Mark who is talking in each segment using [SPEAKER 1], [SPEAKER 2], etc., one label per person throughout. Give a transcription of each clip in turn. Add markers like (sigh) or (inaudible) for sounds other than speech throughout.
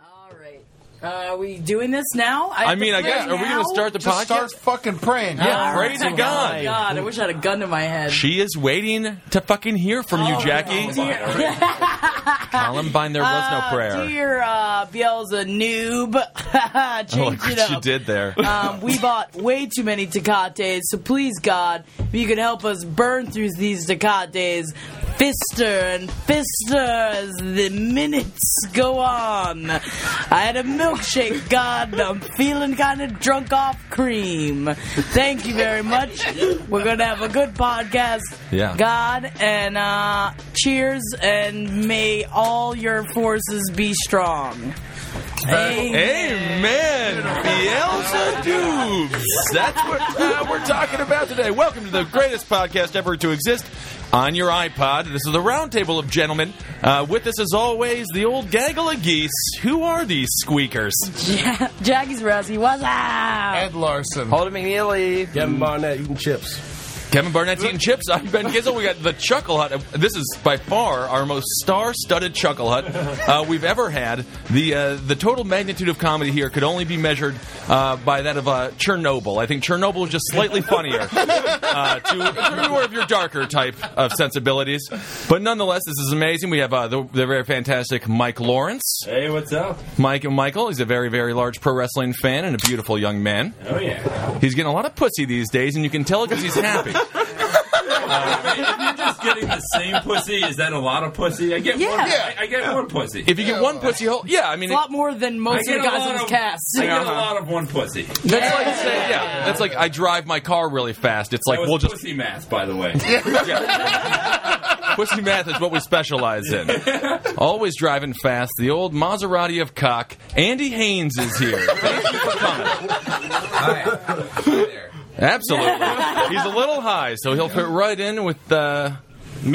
[SPEAKER 1] All right. Uh, are we doing this now?
[SPEAKER 2] I mean, I guess, are we going to start the
[SPEAKER 3] Just
[SPEAKER 2] podcast?
[SPEAKER 3] start fucking praying.
[SPEAKER 2] Yeah,
[SPEAKER 1] All
[SPEAKER 2] pray to
[SPEAKER 1] right. Oh
[SPEAKER 2] God.
[SPEAKER 1] God, I wish I had a gun to my head.
[SPEAKER 2] She is waiting to fucking hear from
[SPEAKER 1] Oh,
[SPEAKER 2] you, Jackie.
[SPEAKER 1] (laughs)
[SPEAKER 2] Columbine, there was no
[SPEAKER 1] Uh,
[SPEAKER 2] prayer.
[SPEAKER 1] dear uh, (laughs) Beelzebub,
[SPEAKER 2] Oh,
[SPEAKER 1] change
[SPEAKER 2] look
[SPEAKER 1] it
[SPEAKER 2] what
[SPEAKER 1] up.
[SPEAKER 2] you did there.
[SPEAKER 1] Um, we bought way too many Tecates, so please, God, if you could help us burn through these Tecates, fister and fister as the minutes go on. I had a milkshake, God, I'm feeling kind of drunk off cream. Thank you very much. We're going to have a good podcast,
[SPEAKER 2] Yeah.
[SPEAKER 1] God, and uh, cheers, and may all your forces be strong.
[SPEAKER 2] Amen. Beelzebubs. That's what uh, we're talking about today. Welcome to the greatest podcast ever to exist on your iPod. This is the Roundtable of Gentlemen. Uh, with us, as always, the old gaggle of geese. Who are these squeakers?
[SPEAKER 1] Yeah, Jackie's Rousey, what's up?
[SPEAKER 3] Ed Larson.
[SPEAKER 4] Hold it, McNeely.
[SPEAKER 5] Kevin Barnett eating chips.
[SPEAKER 2] Kevin Barnett's eating chips. I'm Ben Gizzle. We got the Chuckle Hut. This is by far our most star-studded Chuckle Hut uh, we've ever had. The uh, the total magnitude of comedy here could only be measured uh, by that of uh, Chernobyl. I think Chernobyl is just slightly funnier (laughs) uh, to, to more of your darker type of sensibilities. But nonetheless, this is amazing. We have uh, the, the very fantastic Mike Lawrence.
[SPEAKER 5] Hey, what's up?
[SPEAKER 2] Mike and Michael. He's a very very large pro wrestling fan and a beautiful young man.
[SPEAKER 5] Oh yeah.
[SPEAKER 2] He's getting a lot of pussy these days, and you can tell because he's happy.
[SPEAKER 5] (laughs) Just getting the same pussy. Is that a lot of pussy? I get
[SPEAKER 1] Yeah.
[SPEAKER 5] one. I, I get one pussy.
[SPEAKER 2] If you get one pussy hole, yeah, I mean,
[SPEAKER 1] a
[SPEAKER 2] it, Uh-huh.
[SPEAKER 1] lot more than
[SPEAKER 5] I
[SPEAKER 1] most of
[SPEAKER 5] get
[SPEAKER 1] the
[SPEAKER 5] a
[SPEAKER 1] guys
[SPEAKER 5] lot
[SPEAKER 1] on this
[SPEAKER 5] of-
[SPEAKER 1] cast.
[SPEAKER 5] I get a lot of one pussy.
[SPEAKER 2] that's like saying, yeah, that's like I drive my car really fast. It's like
[SPEAKER 5] That was
[SPEAKER 2] we'll just
[SPEAKER 5] pussy math, by the
[SPEAKER 2] (laughs)
[SPEAKER 5] way.
[SPEAKER 2] pussy math is what we specialize
[SPEAKER 5] (laughs)
[SPEAKER 2] in. Always driving fast. The old Maserati of cock. Andy Haynes is
[SPEAKER 5] (laughs)
[SPEAKER 2] here. Thank you for coming. (laughs) Absolutely, he's a little high, so he'll fit right in with. Uh,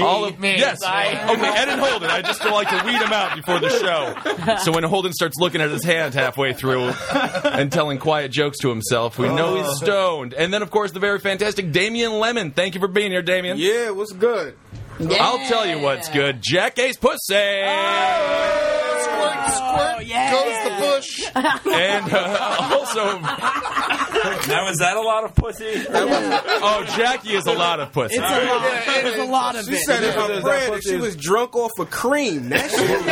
[SPEAKER 2] all of
[SPEAKER 3] me.
[SPEAKER 2] yes. (laughs) Okay, Ed and Holden. I just like to weed him out before the show. So when Holden starts looking at his hand halfway through and telling quiet jokes to himself, we know he's stoned. And then, of course, the very fantastic Damian Lemon. Thank you for being here, Damian.
[SPEAKER 6] Yeah, what's good?
[SPEAKER 2] I'll tell you what's good. Jack Ace Pussy.
[SPEAKER 3] Squirt, squirt,
[SPEAKER 1] Oh, yeah.
[SPEAKER 3] goes the bush.
[SPEAKER 2] And uh, (laughs) also,
[SPEAKER 5] now is that a lot of pussy?
[SPEAKER 2] oh, Jackie is a lot of pussy.
[SPEAKER 1] It's a lot. There's a lot of
[SPEAKER 6] She
[SPEAKER 1] it.
[SPEAKER 6] said in her prayer that she was drunk off of cream. That shit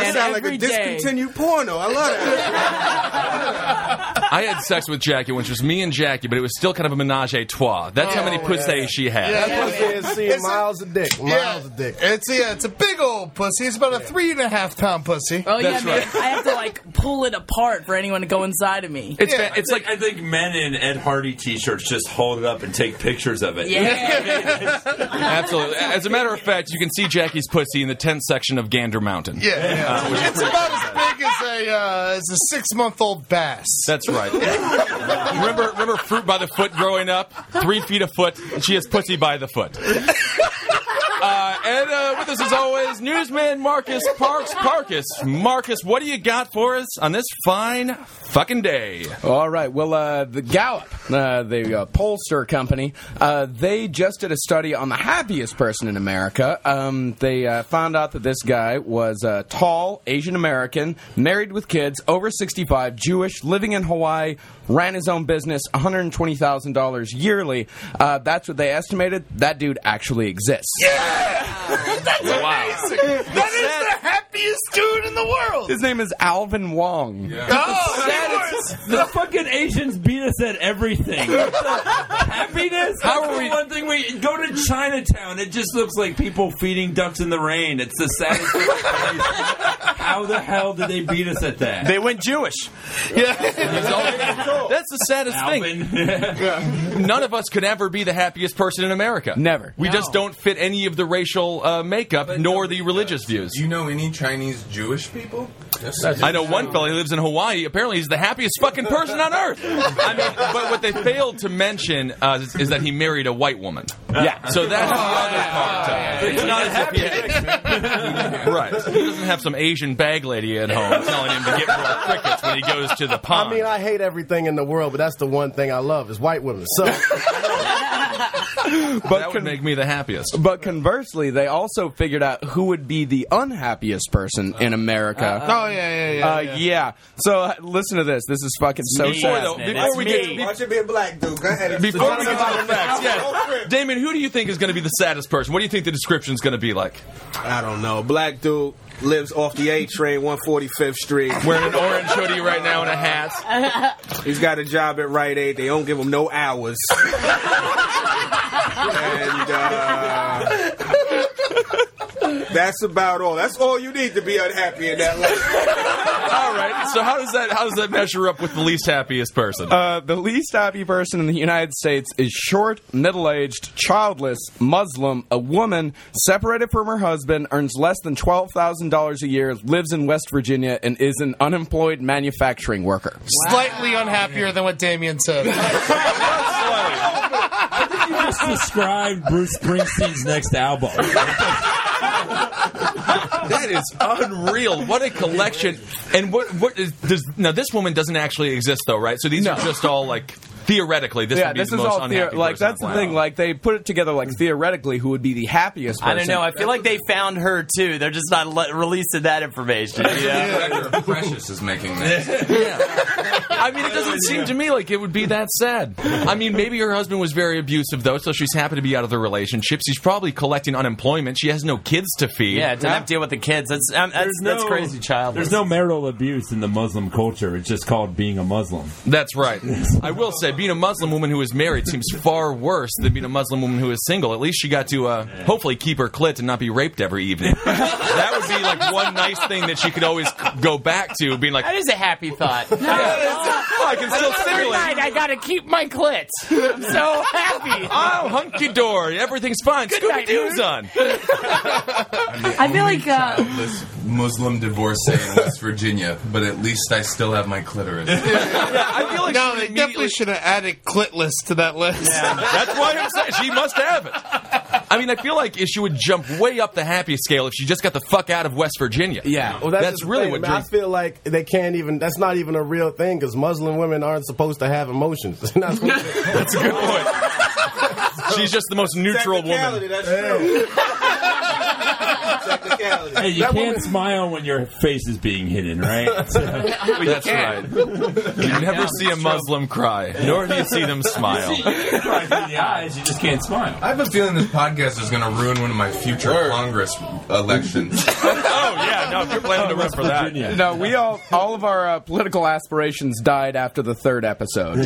[SPEAKER 1] (laughs) man,
[SPEAKER 6] sound like
[SPEAKER 1] every
[SPEAKER 6] a
[SPEAKER 1] day.
[SPEAKER 6] discontinued porno. I love that.
[SPEAKER 2] I had sex with Jackie when it was me and Jackie, but it was still kind of a menage a trois. That's how many pussy she had.
[SPEAKER 5] That's
[SPEAKER 3] It's a-
[SPEAKER 5] miles of dick.
[SPEAKER 3] yeah, it's yeah, it's a big old pussy. It's about a three and a half pound pussy.
[SPEAKER 1] (laughs) Oh yeah,
[SPEAKER 2] That's
[SPEAKER 1] man.
[SPEAKER 2] right.
[SPEAKER 1] I have to like pull it apart for anyone to go inside of me.
[SPEAKER 2] It's, fa-
[SPEAKER 3] Yeah.
[SPEAKER 2] it's
[SPEAKER 5] It's
[SPEAKER 2] like
[SPEAKER 5] like I think men in Ed Hardy T-shirts just hold it up and take pictures of it.
[SPEAKER 3] (laughs)
[SPEAKER 1] Yeah,
[SPEAKER 2] Absolutely. As a matter of fact, you can see Jackie's pussy in the 10th section of Gander Mountain. Uh,
[SPEAKER 3] Yeah, yeah. it's about as big as a uh, as a six month
[SPEAKER 2] (laughs)
[SPEAKER 3] old bass.
[SPEAKER 2] That's right.
[SPEAKER 6] (laughs)
[SPEAKER 2] remember, remember fruit by the foot growing up? Three feet a foot. She has pussy by the foot. Uh, and uh, with us, as always, newsman Marcus Parks. Parkus, Marcus, what do you got for us on this fine fucking day?
[SPEAKER 4] All right. Well, uh, the Gallup, uh, the uh, pollster company, uh, they just did a study on the happiest person in America. Um, they uh, found out that this guy was uh, tall, Asian American, married with kids, over 65, Jewish, living in Hawaii, ran his own business, $120,000 yearly. Uh, that's what they estimated. That dude actually exists.
[SPEAKER 2] Wow.
[SPEAKER 3] That is the happiest dude in the
[SPEAKER 5] (laughs)
[SPEAKER 4] (laughs)
[SPEAKER 3] world.
[SPEAKER 4] His name is Alvin Wong.
[SPEAKER 3] Oh,
[SPEAKER 5] The fucking Asians beat us at
[SPEAKER 2] (laughs)
[SPEAKER 5] everything. Happiness. How
[SPEAKER 2] How are
[SPEAKER 5] are
[SPEAKER 2] we-
[SPEAKER 5] One thing we go to Chinatown. It just looks like people feeding ducks in the rain. It's the saddest. place. How the hell did they beat us at that?
[SPEAKER 4] They went
[SPEAKER 5] (laughs)
[SPEAKER 4] Jewish.
[SPEAKER 2] That's the saddest thing.
[SPEAKER 5] Alvin.
[SPEAKER 2] None of us could ever be the happiest person in America.
[SPEAKER 4] Never.
[SPEAKER 2] We just don't fit any of the racial uh, makeup nor the religious views.
[SPEAKER 7] Do you know any Chinese Jewish people? Yes.
[SPEAKER 2] I know one fella who lives in Hawaii. Apparently, he's the happiest fucking person on earth. (laughs) I mean, but what they failed to mention uh, is, is that he married a white woman.
[SPEAKER 4] Yeah.
[SPEAKER 2] So that's the other part. of it. It's not as happy. (laughs) right. He doesn't have some Asian bag lady at home telling him to get more crickets when he goes to the pond.
[SPEAKER 8] I
[SPEAKER 2] (laughs)
[SPEAKER 8] mean, I hate everything in the world, but that's the one thing I love is white women. So
[SPEAKER 2] that
[SPEAKER 4] (laughs) But
[SPEAKER 2] would
[SPEAKER 4] con-
[SPEAKER 2] make me the happiest.
[SPEAKER 4] but conversely, they also figured out who would be the unhappiest person in America.
[SPEAKER 3] Oh yeah, yeah, yeah.
[SPEAKER 4] Uh, yeah. So uh, listen to this. This is fucking so
[SPEAKER 2] Before,
[SPEAKER 4] sad.
[SPEAKER 2] though,
[SPEAKER 5] man,
[SPEAKER 2] before
[SPEAKER 5] that's
[SPEAKER 2] we
[SPEAKER 5] me.
[SPEAKER 2] get
[SPEAKER 6] Why should be a black dude? Go ahead.
[SPEAKER 2] before we get
[SPEAKER 6] Talk
[SPEAKER 2] to
[SPEAKER 6] about
[SPEAKER 2] the facts,
[SPEAKER 6] it.
[SPEAKER 2] yeah. Damon, who do you think is going to be the saddest person? What do you think the description is going to be like?
[SPEAKER 6] I don't know. Black dude lives off the A train, 145th Street.
[SPEAKER 2] Wearing an orange hoodie right now and a hat.
[SPEAKER 6] He's got a job at Rite Aid. They don't give him no hours. and uh, that's about all. That's all you need to be unhappy in that life.
[SPEAKER 2] All right. So how does that how does that measure up with the least happiest person?
[SPEAKER 4] Uh, the least happy person in the United States is short, middle aged, childless, Muslim, a woman, separated from her husband, earns less than $12,000 a year, lives in West Virginia, and is an unemployed manufacturing worker.
[SPEAKER 3] Slightly unhappier than what Damien
[SPEAKER 5] (laughs)
[SPEAKER 3] said.
[SPEAKER 5] You just described Bruce Springsteen's next album.
[SPEAKER 2] That is unreal. What a collection! And what what is does now? This woman doesn't actually exist though, right? So these are just all like theoretically. This
[SPEAKER 4] yeah,
[SPEAKER 2] would be
[SPEAKER 4] this
[SPEAKER 2] the
[SPEAKER 4] is
[SPEAKER 2] most
[SPEAKER 4] all
[SPEAKER 2] unhappy
[SPEAKER 4] theor- like
[SPEAKER 2] person
[SPEAKER 4] that's the
[SPEAKER 2] on
[SPEAKER 4] thing.
[SPEAKER 2] planet.
[SPEAKER 4] Like they put it together like theoretically who would be the happiest person.
[SPEAKER 8] I don't know. I feel like they found her too. They're just not le- releasing that information. You know?
[SPEAKER 7] Director Precious is making this.
[SPEAKER 2] I mean, it doesn't seem to me like it would be that sad. I mean, maybe her husband was very abusive though, so she's happy to be out of the relationship. She's probably collecting unemployment. She has no kids to feed.
[SPEAKER 8] Yeah, to have to deal with the kids. That's um, that's,
[SPEAKER 5] There's
[SPEAKER 8] that's
[SPEAKER 5] no-
[SPEAKER 8] crazy. Child.
[SPEAKER 5] There's no marital abuse in the Muslim culture. It's just called being a Muslim.
[SPEAKER 2] That's right. I will say, being a Muslim woman who is married seems far worse than being a Muslim woman who is single. At least she got to uh, hopefully keep her clit and not be raped every evening. that would be like one nice thing that she could always go back to, being like,
[SPEAKER 8] That is a happy thought. No,
[SPEAKER 2] "Oh, I can still stimulate.
[SPEAKER 8] I gotta keep my clit. I'm so happy.
[SPEAKER 2] (laughs) (laughs) Oh, hunky dory, everything's fine. Scooby Doo's on.
[SPEAKER 1] I feel like uh,
[SPEAKER 7] Childless Muslim divorcee in West Virginia, but at least I still have my clitoris.
[SPEAKER 2] I feel like she would
[SPEAKER 3] no, they definitely
[SPEAKER 2] immediately-
[SPEAKER 3] should have added clitless to that list.
[SPEAKER 2] That's why I'm saying she must have it. I mean, I feel like she would jump way up the happy scale if she just got the fuck out of West Virginia.
[SPEAKER 9] (laughs)
[SPEAKER 4] Yeah.
[SPEAKER 2] that's,
[SPEAKER 9] just the
[SPEAKER 2] really
[SPEAKER 9] thing,
[SPEAKER 2] what.
[SPEAKER 9] man. I
[SPEAKER 2] dreams-
[SPEAKER 9] feel like they can't even. That's not even a real thing because Muslim women aren't supposed to have emotions. (laughs) They're not supposed
[SPEAKER 2] (laughs)
[SPEAKER 9] to-
[SPEAKER 2] That's a good point.
[SPEAKER 9] (laughs)
[SPEAKER 2] She's just the most neutral
[SPEAKER 6] Technicality,
[SPEAKER 2] woman.
[SPEAKER 6] that's true. Technicality.
[SPEAKER 5] Hey, you can't
[SPEAKER 2] (laughs)
[SPEAKER 5] smile when your face is being hidden, right? So-
[SPEAKER 2] That's right. You never see a Muslim cry, nor do you see
[SPEAKER 5] (laughs)
[SPEAKER 2] them smile.
[SPEAKER 5] Right in the eyes, you just can't smile.
[SPEAKER 7] I have a feeling this podcast is going to ruin one of my future Congress
[SPEAKER 2] (laughs)
[SPEAKER 7] elections.
[SPEAKER 2] Oh yeah, no, you're planning to run for that.
[SPEAKER 5] Virginia.
[SPEAKER 4] No, (laughs) we all all of our uh, political aspirations died after the third episode.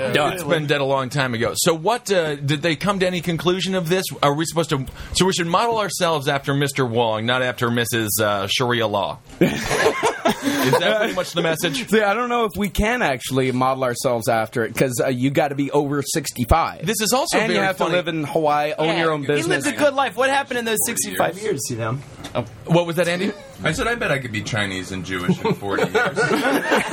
[SPEAKER 4] (laughs)
[SPEAKER 2] It's been dead a long time ago. So, what uh, did they come to any conclusion of this? Are we supposed to? So, we should model ourselves after Mr. Wong, not after Mrs. Uh, Sharia law. (laughs) Is that pretty much the message?
[SPEAKER 4] See, I don't know if we can actually model ourselves after it because uh, you got to be over sixty-five.
[SPEAKER 2] This is also
[SPEAKER 4] and you
[SPEAKER 2] very
[SPEAKER 4] have
[SPEAKER 2] funny.
[SPEAKER 4] to live in Hawaii, own your own
[SPEAKER 8] He lived
[SPEAKER 4] business.
[SPEAKER 8] a good life. What happened in those 65 years? You know,
[SPEAKER 2] Um, What was that, Andy?
[SPEAKER 7] I said I bet I could be Chinese and Jewish
[SPEAKER 2] (laughs)
[SPEAKER 7] in 40 years.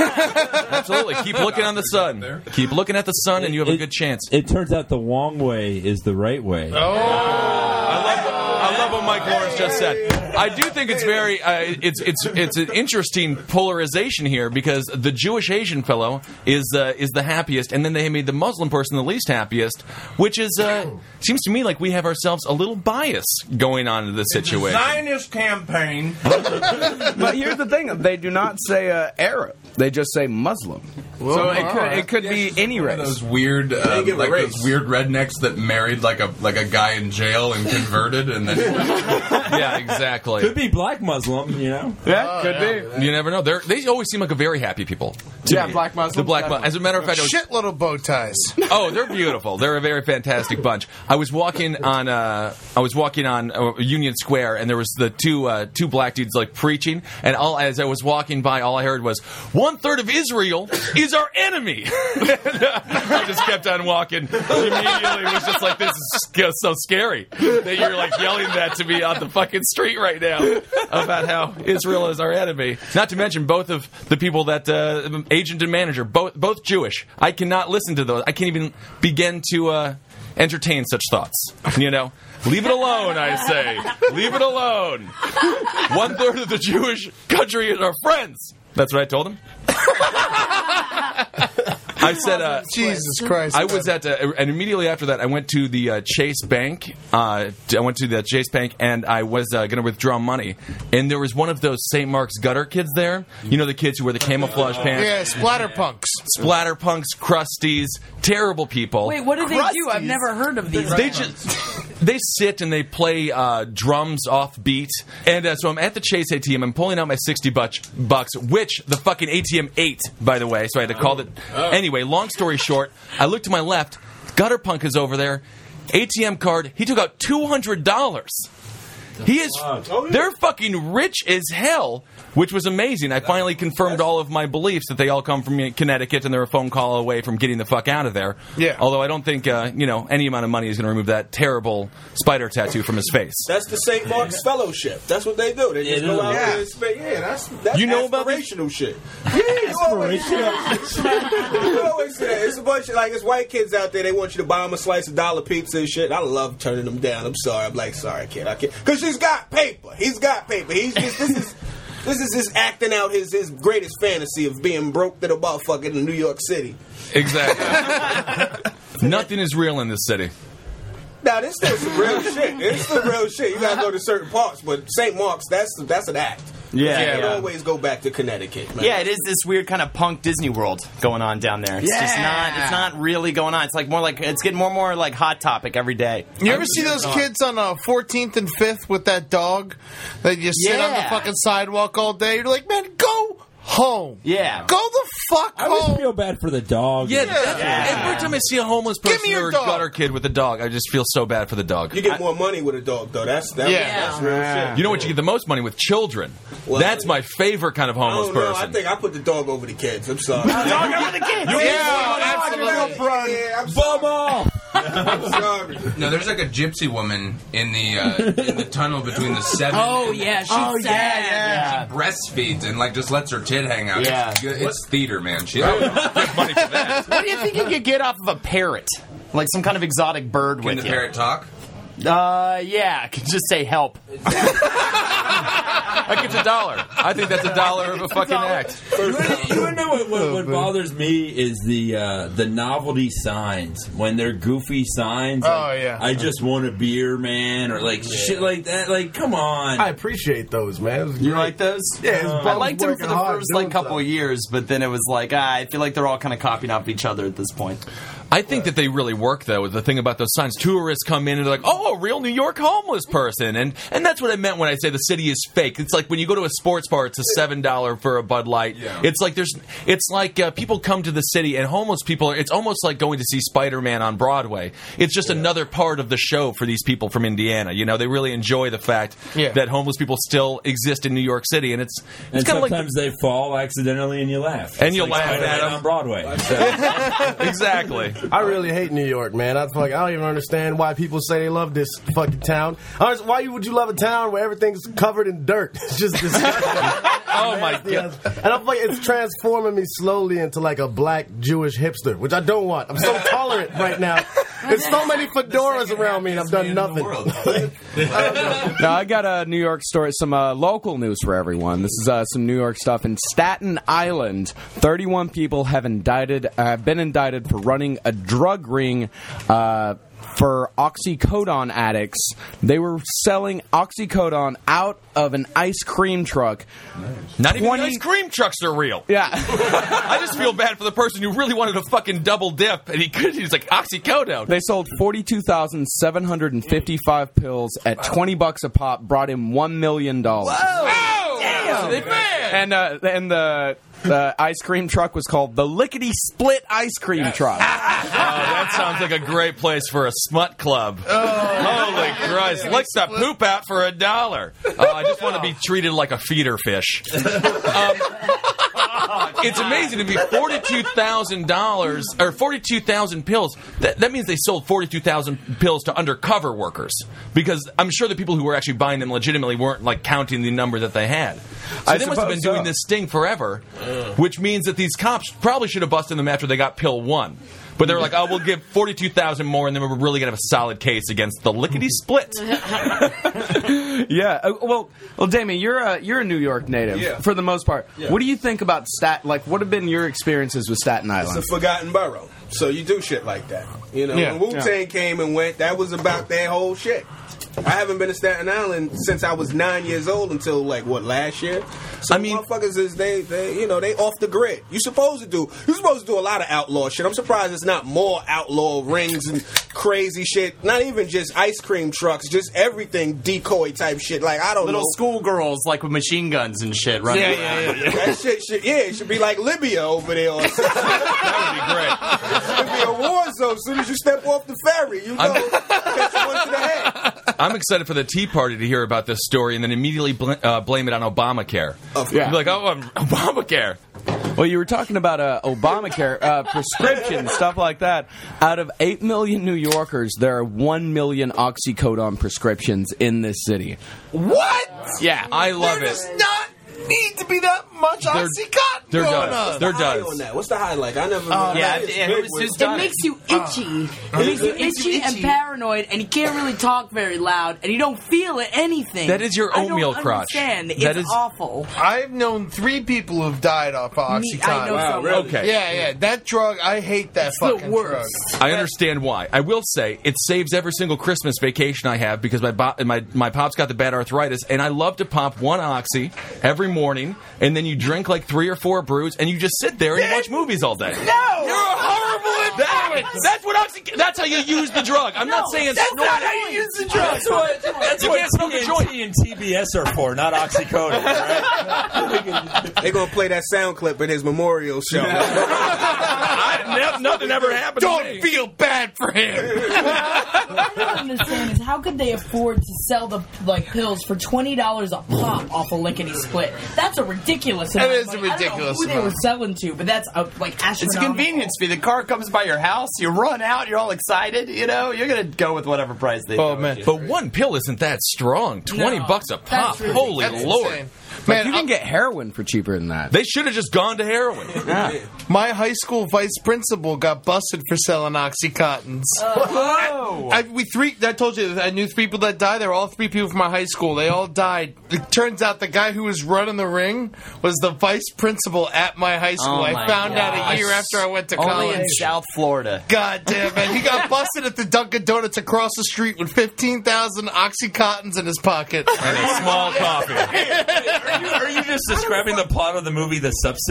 [SPEAKER 2] Absolutely. Keep looking on the sun. Keep looking at the sun, and you have a good chance.
[SPEAKER 5] It turns out the Wong way is the right way.
[SPEAKER 2] Oh. I love, I love what Mike Lawrence just said. I do think it's very, uh, it's it's it's an interesting polarization here because the Jewish Asian fellow is uh, is the happiest, and then they made the Muslim person the least happiest, which is uh, seems to me like we have ourselves a little bias going on in this situation.
[SPEAKER 7] Zionist campaign.
[SPEAKER 4] (laughs) but here's the thing: they do not say uh, Arab; they just say Muslim. so it could, it could be any
[SPEAKER 7] One of
[SPEAKER 4] race.
[SPEAKER 7] Those weird, uh,
[SPEAKER 6] give a
[SPEAKER 7] like
[SPEAKER 6] race.
[SPEAKER 7] those weird rednecks that married like a like a guy in jail and converted, and then
[SPEAKER 6] (laughs)
[SPEAKER 2] Yeah,
[SPEAKER 5] Could
[SPEAKER 2] exactly.
[SPEAKER 5] be black Muslim, you know?
[SPEAKER 2] Oh,
[SPEAKER 4] Yeah, could be.
[SPEAKER 2] You never know. They're, they always seem like a very happy people. to
[SPEAKER 4] Yeah,
[SPEAKER 2] me.
[SPEAKER 4] black Muslims,
[SPEAKER 2] The black,
[SPEAKER 4] definitely.
[SPEAKER 2] Mu- as a matter of fact, I was
[SPEAKER 3] Shit, little bow ties.
[SPEAKER 2] (laughs) Oh, they're beautiful. They're a very fantastic bunch. I was walking on uh, I was walking on uh, Union Square, and there was the two uh, two black dudes like preaching, and all as I was walking by, all I heard was one third of Israel is our enemy. (laughs) And, uh, I just kept on walking. Immediately was just like this is sc- so scary that you're like yelling that to me on the fucking street right now about how Israel is our enemy. Not to mention both of the people that uh, agent and manager, both both Jewish. I cannot listen to those. I can't even begin to uh, entertain such thoughts. You know, leave it alone. I say, leave it alone.
[SPEAKER 4] (laughs)
[SPEAKER 2] One third of the
[SPEAKER 3] (laughs)
[SPEAKER 2] Jewish country is our friends. That's what I told him. I said, uh,
[SPEAKER 3] Jesus Christ.
[SPEAKER 2] I was at, uh, and immediately after that, I went to the uh, Chase Bank. Uh, I went to the Chase Bank, and I was uh, going to withdraw money. And there was one of those St. Mark's gutter kids there. You know the kids who wear the camouflage pants,
[SPEAKER 3] Yeah, splatter punks.
[SPEAKER 2] splatter punks, crusties, terrible people.
[SPEAKER 1] Wait, what do they do? I've never heard of these.
[SPEAKER 2] They just they sit and they play uh, drums off beat. And uh, so I'm at the Chase ATM. I'm pulling out my sixty bucks, bucks, which the fucking ATM ate, by the way. So I had to call it. Anyway, long story short, I look to my left. Gutter Punk is over there. ATM card. He took out two hundred dollars. He is.
[SPEAKER 6] Oh,
[SPEAKER 2] They're fucking rich as hell, which was amazing. I finally confirmed all of my beliefs that they all come from Connecticut and they're a phone call away from getting the fuck out of there.
[SPEAKER 3] Yeah.
[SPEAKER 2] Although I don't think uh, you know any amount of money is going to remove that terrible spider tattoo from his face.
[SPEAKER 6] That's the St. Mark's Fellowship. That's what they do. They just go out there and spend. Yeah, that's, that's
[SPEAKER 2] You know about this?
[SPEAKER 6] aspirational
[SPEAKER 2] (laughs)
[SPEAKER 6] shit. Yeah, you always, (laughs) you always say that. It's a bunch of like it's white kids out there. They want you to buy them a slice of dollar pizza and shit. I love turning them down. I'm sorry. I'm like sorry, kid. I can't. Cause she's got paper. He's got paper. He's just this is. This is just acting out his, his greatest fantasy of being broke to the motherfucker in New York City.
[SPEAKER 2] Exactly. (laughs) Nothing is real in this city.
[SPEAKER 6] Now this still some real shit. It's still real shit. You gotta go to certain parts, but St. Mark's, that's that's an act.
[SPEAKER 8] Yeah,
[SPEAKER 6] you can
[SPEAKER 8] yeah.
[SPEAKER 6] always go back to Connecticut. Man.
[SPEAKER 8] Yeah, it is this weird kind of punk Disney world going on down there. It's just not it's not really going on. It's like more like it's getting more and more like hot topic every day.
[SPEAKER 3] You ever see those kids on uh, 14th and 5th with that dog that you sit on the
[SPEAKER 8] Yeah.
[SPEAKER 3] fucking sidewalk all day? You're like, man, go home.
[SPEAKER 8] Yeah.
[SPEAKER 3] Go the fuck
[SPEAKER 5] I always
[SPEAKER 3] home.
[SPEAKER 5] feel bad for the dog.
[SPEAKER 2] Yeah. that's- Every time I see a homeless
[SPEAKER 3] Give me
[SPEAKER 2] person
[SPEAKER 3] your
[SPEAKER 2] or a
[SPEAKER 3] dog.
[SPEAKER 2] gutter kid with a dog, I just feel so bad for the dog.
[SPEAKER 6] You get more money with a dog though. That's that,
[SPEAKER 3] Yeah.
[SPEAKER 6] that's real shit.
[SPEAKER 2] You know what you get the most money with children.
[SPEAKER 6] Well,
[SPEAKER 2] That's my favorite kind of
[SPEAKER 6] I
[SPEAKER 2] homeless
[SPEAKER 6] don't know. I
[SPEAKER 2] person.
[SPEAKER 6] think I put the dog over the kids. I'm sorry. yeah,
[SPEAKER 3] Yeah, absolutely.
[SPEAKER 6] I'm
[SPEAKER 5] Bum
[SPEAKER 6] (laughs)
[SPEAKER 5] off.
[SPEAKER 6] sorry.
[SPEAKER 7] No, there's like a gypsy woman in the uh, in the tunnel between the seven.
[SPEAKER 1] Oh yeah, she's
[SPEAKER 5] Oh, yeah,
[SPEAKER 1] sad.
[SPEAKER 7] (laughs) She breastfeeds and like just lets her tit hang out.
[SPEAKER 8] Yeah.
[SPEAKER 7] It's, good- it's theater, man. She,
[SPEAKER 8] What do you think you could get off of a parrot? Like some kind of exotic bird
[SPEAKER 7] Can
[SPEAKER 8] with
[SPEAKER 7] the
[SPEAKER 8] you.
[SPEAKER 7] parrot talk?
[SPEAKER 8] Uh yeah, I could just say help.
[SPEAKER 2] I think it's a dollar. I think that's a dollar of a fucking act.
[SPEAKER 5] You wanna- you wanna know what, what, what bothers me is the uh, the novelty signs when they're goofy signs.
[SPEAKER 3] Oh,
[SPEAKER 5] like,
[SPEAKER 3] yeah.
[SPEAKER 5] I just want a beer, man, or like shit like that. Like, come on. uh,
[SPEAKER 9] I appreciate those, man.
[SPEAKER 8] You like those?
[SPEAKER 9] Yeah, his
[SPEAKER 8] I
[SPEAKER 9] brother's
[SPEAKER 8] liked them for
[SPEAKER 9] working
[SPEAKER 8] the
[SPEAKER 9] hard
[SPEAKER 8] first like
[SPEAKER 9] doing
[SPEAKER 8] couple
[SPEAKER 9] stuff.
[SPEAKER 8] years, but then it was like ah, I feel like they're all kind of copying off each other at this point.
[SPEAKER 2] I think that they really work though. The thing about those signs, tourists come in and they're like, "Oh, a real New York homeless person," and and that's what I meant when I say the city is fake. It's like when you go to a sports bar, it's a seven dollar for a Bud Light.
[SPEAKER 7] Yeah.
[SPEAKER 2] It's like there's, it's like uh, people come to the city and homeless people. Are, it's almost like going to see Spider Man on Broadway. It's just another part of the show for these people from Indiana. You know, they really enjoy the fact
[SPEAKER 3] Yeah.
[SPEAKER 2] that homeless people still exist in New York City, and it's
[SPEAKER 5] and
[SPEAKER 2] it's kind of like
[SPEAKER 5] sometimes they fall accidentally, and you laugh.
[SPEAKER 2] And
[SPEAKER 5] It's
[SPEAKER 2] you
[SPEAKER 5] like
[SPEAKER 2] laugh at
[SPEAKER 5] Spider-Man
[SPEAKER 2] them.
[SPEAKER 5] on Broadway.
[SPEAKER 2] (laughs) exactly.
[SPEAKER 9] I really hate New York, man. I fuck, I don't even understand why people say they love this fucking town. Honestly, why you- would you love a town where everything's covered in dirt? (laughs) It's just disgusting.
[SPEAKER 2] Oh
[SPEAKER 5] (laughs)
[SPEAKER 2] my god.
[SPEAKER 9] And I'm like, it's transforming me slowly into like a black Jewish hipster, which I don't want. I'm so tolerant right now. There's so many fedoras around me, and I've done nothing.
[SPEAKER 4] Now I got a New York story, some uh, local news for everyone. This is uh, some New York stuff in Staten Island. Thirty-one people have indicted, uh, have been indicted for running a drug ring. Uh, for oxycodone addicts, they were selling oxycodone out of an ice cream truck.
[SPEAKER 2] Not even
[SPEAKER 4] 20
[SPEAKER 2] ice cream trucks are real.
[SPEAKER 4] Yeah.
[SPEAKER 2] (laughs) I just feel bad for the person who really wanted to fucking double dip and he could. He's like oxycodone.
[SPEAKER 4] They sold 42,755 pills at 20 bucks a pop, brought in 1 million dollars. And uh, and the the ice cream truck was called the Lickety Split Ice Cream Truck.
[SPEAKER 6] (laughs)
[SPEAKER 2] that sounds like a great place for a smut club.
[SPEAKER 4] Oh. (laughs)
[SPEAKER 2] Holy Christ! Licks that poop out for a dollar. Uh, I just want to be treated like a feeder
[SPEAKER 4] (laughs)
[SPEAKER 2] fish. Um, it's amazing to be forty-two thousand dollars or forty-two thousand pills. That, that means they sold forty-two thousand pills to undercover workers because I'm sure the people who were actually buying them legitimately weren't like counting the number that they had. So
[SPEAKER 4] I
[SPEAKER 2] they must have been
[SPEAKER 4] suppose
[SPEAKER 2] doing
[SPEAKER 4] so.
[SPEAKER 2] this sting forever, which means that these cops probably should have busted them after they got pill one. But they were like, oh, we'll give 42,000 more, and then we're really going to have a solid case against the lickety split.
[SPEAKER 4] Yeah. uh, Well, well, Damien, you're a you're a New York native
[SPEAKER 6] Yeah.
[SPEAKER 4] for the most part. What do you think about stat? Like, what have been your experiences with Staten Island?
[SPEAKER 6] It's a forgotten borough. So you do shit like that. You know,
[SPEAKER 4] Yeah,
[SPEAKER 6] when Wu Tang came and went, that was about their whole shit. I haven't been to Staten Island since I was nine years old until like what last year. So I mean, motherfuckers is they, they you know they off the grid. You supposed to do you supposed to do a lot of outlaw shit. I'm surprised it's not more outlaw rings and crazy shit. Not even just ice cream trucks, just everything decoy type shit. Like I don't
[SPEAKER 8] Little
[SPEAKER 6] know.
[SPEAKER 8] schoolgirls like with machine guns and shit running
[SPEAKER 6] Yeah,
[SPEAKER 8] around.
[SPEAKER 6] yeah,
[SPEAKER 8] (laughs)
[SPEAKER 6] yeah, yeah. That shit should, yeah, it should be like Libya over there. (laughs) Or something. that would be great. It should be a war zone as soon as you step off the ferry. You know, catch one to the head.
[SPEAKER 2] I'm excited for the Tea Party to hear about this story and then immediately bl- uh, blame it on Obamacare.
[SPEAKER 6] Of
[SPEAKER 2] Be like, oh, um, (laughs) Obamacare.
[SPEAKER 4] Well, you were talking about uh, Obamacare, uh, prescription (laughs) stuff like that. Out of eight million New Yorkers, there are one million oxycodone prescriptions in this city.
[SPEAKER 6] What?
[SPEAKER 4] Yeah.
[SPEAKER 2] I love it.
[SPEAKER 6] not need to be that much
[SPEAKER 2] They're- There does. There
[SPEAKER 6] High on
[SPEAKER 2] does.
[SPEAKER 6] that. What's the high like? I never.
[SPEAKER 8] Oh,
[SPEAKER 6] remember.
[SPEAKER 8] yeah,
[SPEAKER 6] It's
[SPEAKER 8] yeah,
[SPEAKER 6] big
[SPEAKER 8] it's
[SPEAKER 6] when-
[SPEAKER 8] just-
[SPEAKER 1] It makes you itchy. It makes you itchy and paranoid, and you can't really talk very loud, and you don't feel anything.
[SPEAKER 2] That is your
[SPEAKER 1] I don't
[SPEAKER 2] oatmeal crotch.
[SPEAKER 1] Understand. It's
[SPEAKER 2] That is-
[SPEAKER 1] awful.
[SPEAKER 3] I've known three people who've died off of
[SPEAKER 1] Me-
[SPEAKER 3] Oxycontin.
[SPEAKER 1] I know
[SPEAKER 2] Wow,
[SPEAKER 1] someone.
[SPEAKER 2] okay.
[SPEAKER 3] Yeah, yeah. That drug, I hate that
[SPEAKER 1] It's the
[SPEAKER 3] fucking
[SPEAKER 1] worst.
[SPEAKER 2] I understand why. I will say it saves every single Christmas vacation I have because my bo- my my pop's got the bad arthritis, and I love to pop one oxy every morning, and then you drink like three or four brews, and you just sit there and watch movies all day. No, you're a horrible influence. That's what oxy. That's how you use the drug. I'm not saying that's not how you use the drug. That's what. That's
[SPEAKER 5] That's
[SPEAKER 2] you
[SPEAKER 5] what
[SPEAKER 2] can't smoke a joint.
[SPEAKER 5] TNT and TBS are for, not oxycodone.
[SPEAKER 6] (laughs) They gonna play that sound clip in his memorial show.
[SPEAKER 2] I, ne- nothing ever happened. to me.
[SPEAKER 3] feel bad for him.
[SPEAKER 1] I don't understand is how could they afford to sell the like pills for twenty dollars a pop off a lickety split? That's a ridiculous amount.
[SPEAKER 3] That
[SPEAKER 1] of
[SPEAKER 3] is a
[SPEAKER 1] money. I don't know
[SPEAKER 3] ridiculous
[SPEAKER 1] who they
[SPEAKER 3] amount.
[SPEAKER 1] were selling to, but that's a, like astronomical.
[SPEAKER 8] It's a convenience fee. The car comes by your house, you run out, you're all excited, you know, you're gonna go with whatever price they
[SPEAKER 3] Oh,
[SPEAKER 8] throw
[SPEAKER 3] man.
[SPEAKER 8] at you.
[SPEAKER 2] But one pill isn't that strong. Twenty
[SPEAKER 1] No,
[SPEAKER 2] bucks a pop.
[SPEAKER 1] that's ridiculous.
[SPEAKER 2] Holy lord.
[SPEAKER 4] Man,
[SPEAKER 3] Man,
[SPEAKER 4] you can
[SPEAKER 3] I-
[SPEAKER 4] get heroin for cheaper than that.
[SPEAKER 2] They should have just gone to heroin.
[SPEAKER 3] my high school vice principal got busted for selling Oxycontins.
[SPEAKER 2] Oh.
[SPEAKER 8] Whoa!
[SPEAKER 3] I, we three. I told you that I knew three people that died. They were all three people from my high school. They all died. It turns out the guy who was running the ring was the vice principal at my high school.
[SPEAKER 8] Oh
[SPEAKER 3] I
[SPEAKER 8] my
[SPEAKER 3] found out
[SPEAKER 8] gosh.
[SPEAKER 3] a year after I went to
[SPEAKER 8] Only
[SPEAKER 3] college.
[SPEAKER 8] in South Florida.
[SPEAKER 3] God damn it! He got busted at the Dunkin' Donuts across the street with fifteen thousand oxycontins in his pocket.
[SPEAKER 2] and a small coffee.
[SPEAKER 5] Are you, are you just describing the plot of the movie The (laughs) Substitute?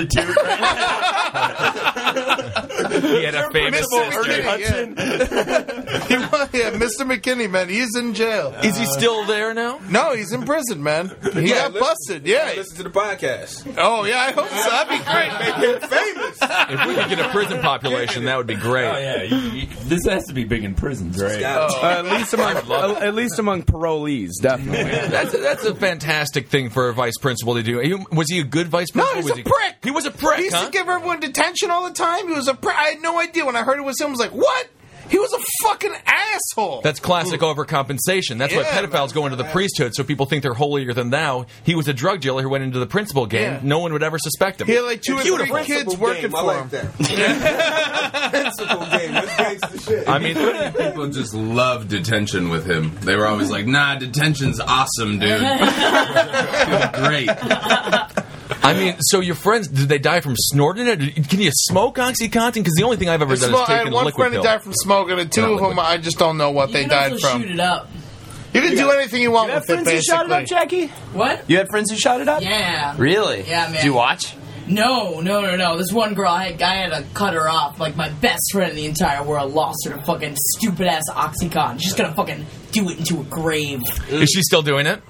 [SPEAKER 2] He had a famous
[SPEAKER 5] Ernie
[SPEAKER 2] sister.
[SPEAKER 3] McKinney,
[SPEAKER 5] Hudson?
[SPEAKER 3] He wa- yeah, Mr. McKinney, man, he's in jail.
[SPEAKER 2] Is he still there now?
[SPEAKER 3] No, he's in prison, man. He
[SPEAKER 6] Yeah,
[SPEAKER 3] got
[SPEAKER 6] listen-
[SPEAKER 3] busted. Yeah.
[SPEAKER 6] Listen to the podcast.
[SPEAKER 3] Oh, yeah. I hope so. That'd be great.
[SPEAKER 6] Make him famous.
[SPEAKER 2] If we could get a prison population, that would be great.
[SPEAKER 5] Oh yeah, you, you, this has to be big in prisons, right?
[SPEAKER 4] Uh, at least (laughs)
[SPEAKER 6] (laughs)
[SPEAKER 4] among uh, at least among parolees, definitely.
[SPEAKER 2] That's a, that's a fantastic thing for a vice principal to do. He- was he a good vice principal?
[SPEAKER 3] he's
[SPEAKER 2] was
[SPEAKER 3] a
[SPEAKER 2] he,
[SPEAKER 3] prick.
[SPEAKER 2] He was a prick,
[SPEAKER 3] He used
[SPEAKER 2] huh?
[SPEAKER 3] to give everyone detention all the time. He was a. Pre- I had no idea when I heard it was him. I was like, what? He was a fucking asshole.
[SPEAKER 2] That's classic overcompensation. That's why
[SPEAKER 3] Yeah,
[SPEAKER 2] pedophiles go into the priesthood, so people think they're holier than thou. He was a drug dealer who went into the principal game.
[SPEAKER 3] Yeah.
[SPEAKER 2] No one would ever suspect him.
[SPEAKER 3] he had like two or
[SPEAKER 2] Beautiful.
[SPEAKER 3] three kids
[SPEAKER 6] Principal
[SPEAKER 3] working
[SPEAKER 6] game, I
[SPEAKER 3] for
[SPEAKER 6] like
[SPEAKER 3] him.
[SPEAKER 6] That. Principal game. That's gangster shit.
[SPEAKER 2] I mean,
[SPEAKER 7] (laughs) People just loved detention with him. They were always like, nah, detention's awesome, dude. Great.
[SPEAKER 2] I mean, so your friends did they die from snorting it? Can you smoke OxyContin? Because the only thing I've ever done
[SPEAKER 3] Smoke-
[SPEAKER 2] is
[SPEAKER 3] I
[SPEAKER 2] taken
[SPEAKER 3] had
[SPEAKER 2] a
[SPEAKER 3] one
[SPEAKER 2] liquid
[SPEAKER 3] friend
[SPEAKER 2] pill.
[SPEAKER 3] that died from smoking, and two
[SPEAKER 2] Not
[SPEAKER 3] of them
[SPEAKER 2] liquid.
[SPEAKER 3] I just don't know what
[SPEAKER 1] You
[SPEAKER 3] they
[SPEAKER 1] can
[SPEAKER 3] died
[SPEAKER 1] also
[SPEAKER 3] from.
[SPEAKER 1] Shoot it up.
[SPEAKER 3] You can do anything you want
[SPEAKER 8] You had
[SPEAKER 3] with it,
[SPEAKER 8] friends who shot it up,
[SPEAKER 3] basically.
[SPEAKER 8] Jackie?
[SPEAKER 1] What?
[SPEAKER 8] You had friends who shot it up?
[SPEAKER 1] Yeah.
[SPEAKER 8] Really?
[SPEAKER 1] Yeah, man.
[SPEAKER 8] Did you watch?
[SPEAKER 1] No, no, no, no. This one girl, I had, I had to cut her off. Like my best friend in the entire world lost her to fucking stupid ass OxyContin. She's gonna fucking do it into a grave.
[SPEAKER 2] Is she still doing it?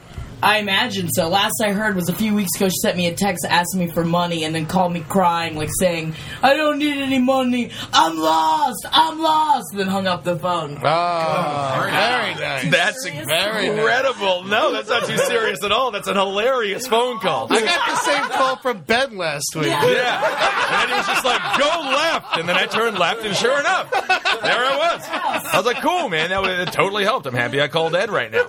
[SPEAKER 1] I imagine so. Last I heard was a few weeks ago. She sent me a text asking me for money, and then called me crying, like saying, "I don't need any money. I'm lost. I'm lost." And then hung up the phone.
[SPEAKER 3] Oh, very nice.
[SPEAKER 2] That's
[SPEAKER 1] Serious?
[SPEAKER 3] Very nice.
[SPEAKER 2] incredible. No, that's not too serious at all. That's an hilarious phone call.
[SPEAKER 3] I got the same call from Ben last week.
[SPEAKER 2] Yeah. And then he was just like, go left. And then I turned left, and sure enough, there I was. I was like, cool, man. That, would, that totally helped. I'm happy I called Ed right now.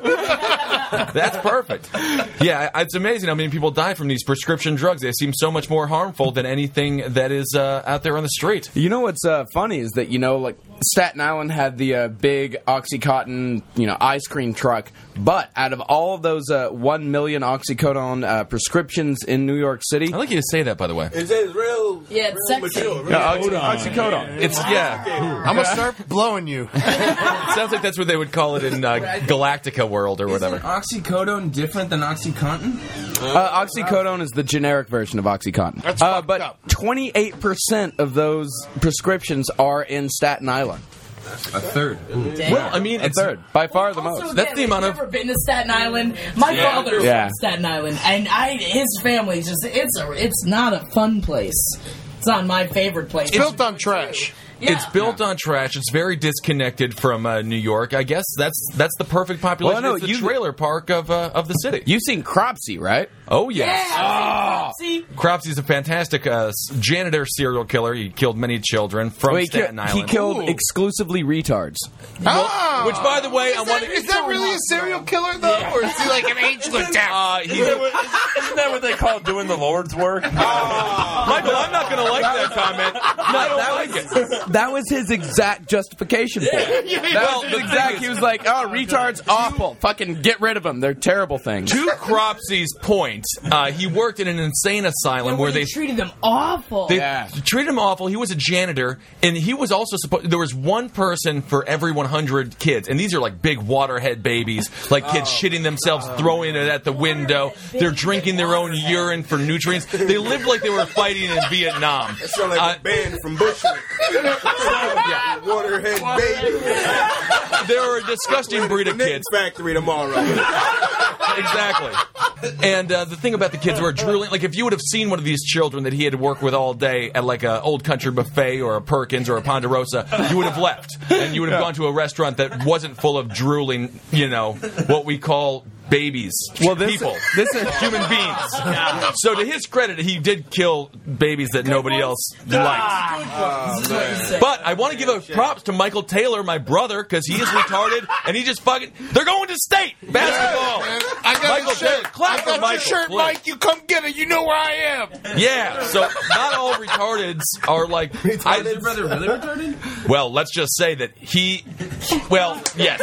[SPEAKER 2] That's Right. Yeah, I- it's amazing how many people die from these prescription drugs. They seem so much more harmful than anything that is uh, out there on the street.
[SPEAKER 4] You know what's uh, funny is that you know, like Staten Island had the uh, big OxyContin, you know, ice cream truck. But out of all of those uh, one million OxyContin uh, prescriptions in New York City,
[SPEAKER 2] I like you to say that, by the way.
[SPEAKER 6] Is it real?
[SPEAKER 1] Yeah, it's
[SPEAKER 6] real
[SPEAKER 1] sexy.
[SPEAKER 6] Mature, real
[SPEAKER 5] Hold on.
[SPEAKER 2] It's oh, yeah.
[SPEAKER 3] I'm gonna start blowing you.
[SPEAKER 2] It sounds like that's what they would call it in uh, Galactica world or whatever.
[SPEAKER 7] oxycodone different than OxyContin?
[SPEAKER 4] uh, oxycodone is the generic version of OxyContin. (laughs)
[SPEAKER 3] That's
[SPEAKER 4] uh,
[SPEAKER 3] fucked
[SPEAKER 4] but
[SPEAKER 3] up.
[SPEAKER 4] twenty eight percent of those prescriptions are in Staten Island.
[SPEAKER 7] A third.
[SPEAKER 2] Well, I mean,
[SPEAKER 4] A
[SPEAKER 2] it's
[SPEAKER 4] third, by far the most.
[SPEAKER 1] Also,
[SPEAKER 2] That's
[SPEAKER 1] again,
[SPEAKER 2] the amount
[SPEAKER 1] if
[SPEAKER 2] of-
[SPEAKER 1] you've ever been to Staten Island. My
[SPEAKER 2] Yeah.
[SPEAKER 1] father was
[SPEAKER 4] Yeah.
[SPEAKER 1] from Staten Island, and I his family just it's a it's not a fun place. It's not my favorite place. It's
[SPEAKER 3] Built on trash.
[SPEAKER 1] Yeah.
[SPEAKER 2] It's built on trash. It's very disconnected from uh, New York. I guess that's that's the perfect population.
[SPEAKER 4] Well, no,
[SPEAKER 2] it's the
[SPEAKER 4] you-
[SPEAKER 2] trailer park of uh, of the city.
[SPEAKER 4] You've seen Cropsy, right? Ah.
[SPEAKER 2] oh
[SPEAKER 1] Yeah.
[SPEAKER 2] yes.
[SPEAKER 5] Ah.
[SPEAKER 1] See,
[SPEAKER 2] Cropsy's a fantastic uh, s- janitor serial killer. He killed many children from
[SPEAKER 4] Well, he, ki-
[SPEAKER 2] Staten
[SPEAKER 4] he
[SPEAKER 2] Island.
[SPEAKER 4] killed exclusively retards.
[SPEAKER 3] Ah!
[SPEAKER 2] Which, by the way, I
[SPEAKER 3] is
[SPEAKER 2] want
[SPEAKER 3] that,
[SPEAKER 2] to.
[SPEAKER 3] is that really a serial killer though, or is he like an ageless down?
[SPEAKER 2] Uh,
[SPEAKER 3] (laughs)
[SPEAKER 2] he-
[SPEAKER 5] Isn't that what they call doing the Lord's work? Ah.
[SPEAKER 2] Michael, I'm not going to like
[SPEAKER 5] (laughs)
[SPEAKER 2] that comment. I don't like it.
[SPEAKER 4] (laughs) That was his exact justification for it.
[SPEAKER 3] Yeah,
[SPEAKER 4] That
[SPEAKER 3] yeah,
[SPEAKER 2] Well,
[SPEAKER 4] was
[SPEAKER 2] the
[SPEAKER 4] his exact.
[SPEAKER 2] thing
[SPEAKER 4] He
[SPEAKER 2] is-
[SPEAKER 4] was like, "Oh, retards, awful. Fucking get rid of them. They're terrible things." (laughs)
[SPEAKER 2] To Cropsy's point, uh, he worked in an insane asylum
[SPEAKER 1] and
[SPEAKER 2] where
[SPEAKER 1] where
[SPEAKER 2] they.
[SPEAKER 1] treated them awful.
[SPEAKER 2] They
[SPEAKER 4] Yeah.
[SPEAKER 2] treated him awful. He was a janitor, and he was also supposed. There was one person for every 100 kids, and these are like big waterhead babies, like
[SPEAKER 6] Oh,
[SPEAKER 2] kids shitting themselves, throwing it at the window. They're drinking their own urine for nutrients. They lived like they were fighting in Vietnam.
[SPEAKER 6] That's like
[SPEAKER 2] Uh,
[SPEAKER 6] a band from Bushwick.
[SPEAKER 2] Yeah.
[SPEAKER 6] Waterhead Baby.
[SPEAKER 2] They were a disgusting breed of
[SPEAKER 6] Knitting
[SPEAKER 2] kids.
[SPEAKER 6] Factory tomorrow.
[SPEAKER 2] exactly. And uh, the thing about the kids were drooling. Like if you would have seen one of these children that he had to work with all day at like a old country buffet or a Perkins or a Ponderosa, you would have left and you would have gone to a restaurant that wasn't full of drooling. You know what we call babies.
[SPEAKER 4] Well, this-
[SPEAKER 2] people.
[SPEAKER 4] this is-
[SPEAKER 2] human beings. So to his credit, he did kill babies that nobody else liked.
[SPEAKER 6] Oh,
[SPEAKER 1] That's what he said.
[SPEAKER 2] But I want to give a props to Michael Taylor, my brother, because he is retarded and he just fucking. They're going to state basketball.
[SPEAKER 3] I got
[SPEAKER 2] Michael
[SPEAKER 3] your shirt.
[SPEAKER 2] Taylor, clap
[SPEAKER 3] I
[SPEAKER 2] for
[SPEAKER 3] got
[SPEAKER 2] Michael,
[SPEAKER 3] your shirt,
[SPEAKER 2] please.
[SPEAKER 3] Mike. You come get it. You know where I am.
[SPEAKER 2] Yeah, so not all retardeds are like. I,
[SPEAKER 7] Is your brother really retarded?
[SPEAKER 2] well, let's just say that he. Well, yes,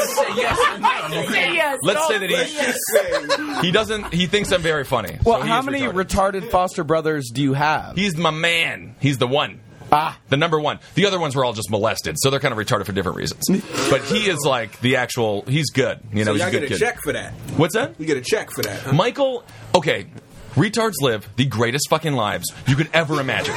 [SPEAKER 1] yes.
[SPEAKER 2] Let's say that
[SPEAKER 6] Say,
[SPEAKER 2] he he doesn't. He thinks I'm very funny.
[SPEAKER 4] well,
[SPEAKER 2] so he
[SPEAKER 4] how
[SPEAKER 2] is
[SPEAKER 4] many
[SPEAKER 2] retarded.
[SPEAKER 4] retarded. foster brothers do you have?
[SPEAKER 2] He's my man. He's the one.
[SPEAKER 4] ah,
[SPEAKER 2] The number one. The other ones were all just molested, so they're kind of retarded for different reasons. But he is like the actual. He's good. You know,
[SPEAKER 6] so
[SPEAKER 2] he's a
[SPEAKER 6] y'all
[SPEAKER 2] good
[SPEAKER 6] get a
[SPEAKER 2] kid.
[SPEAKER 6] check for that.
[SPEAKER 2] What's that?
[SPEAKER 6] You get a check for that. Huh?
[SPEAKER 2] Michael, okay. Retards live the greatest fucking lives you could ever
[SPEAKER 6] (laughs)
[SPEAKER 2] imagine.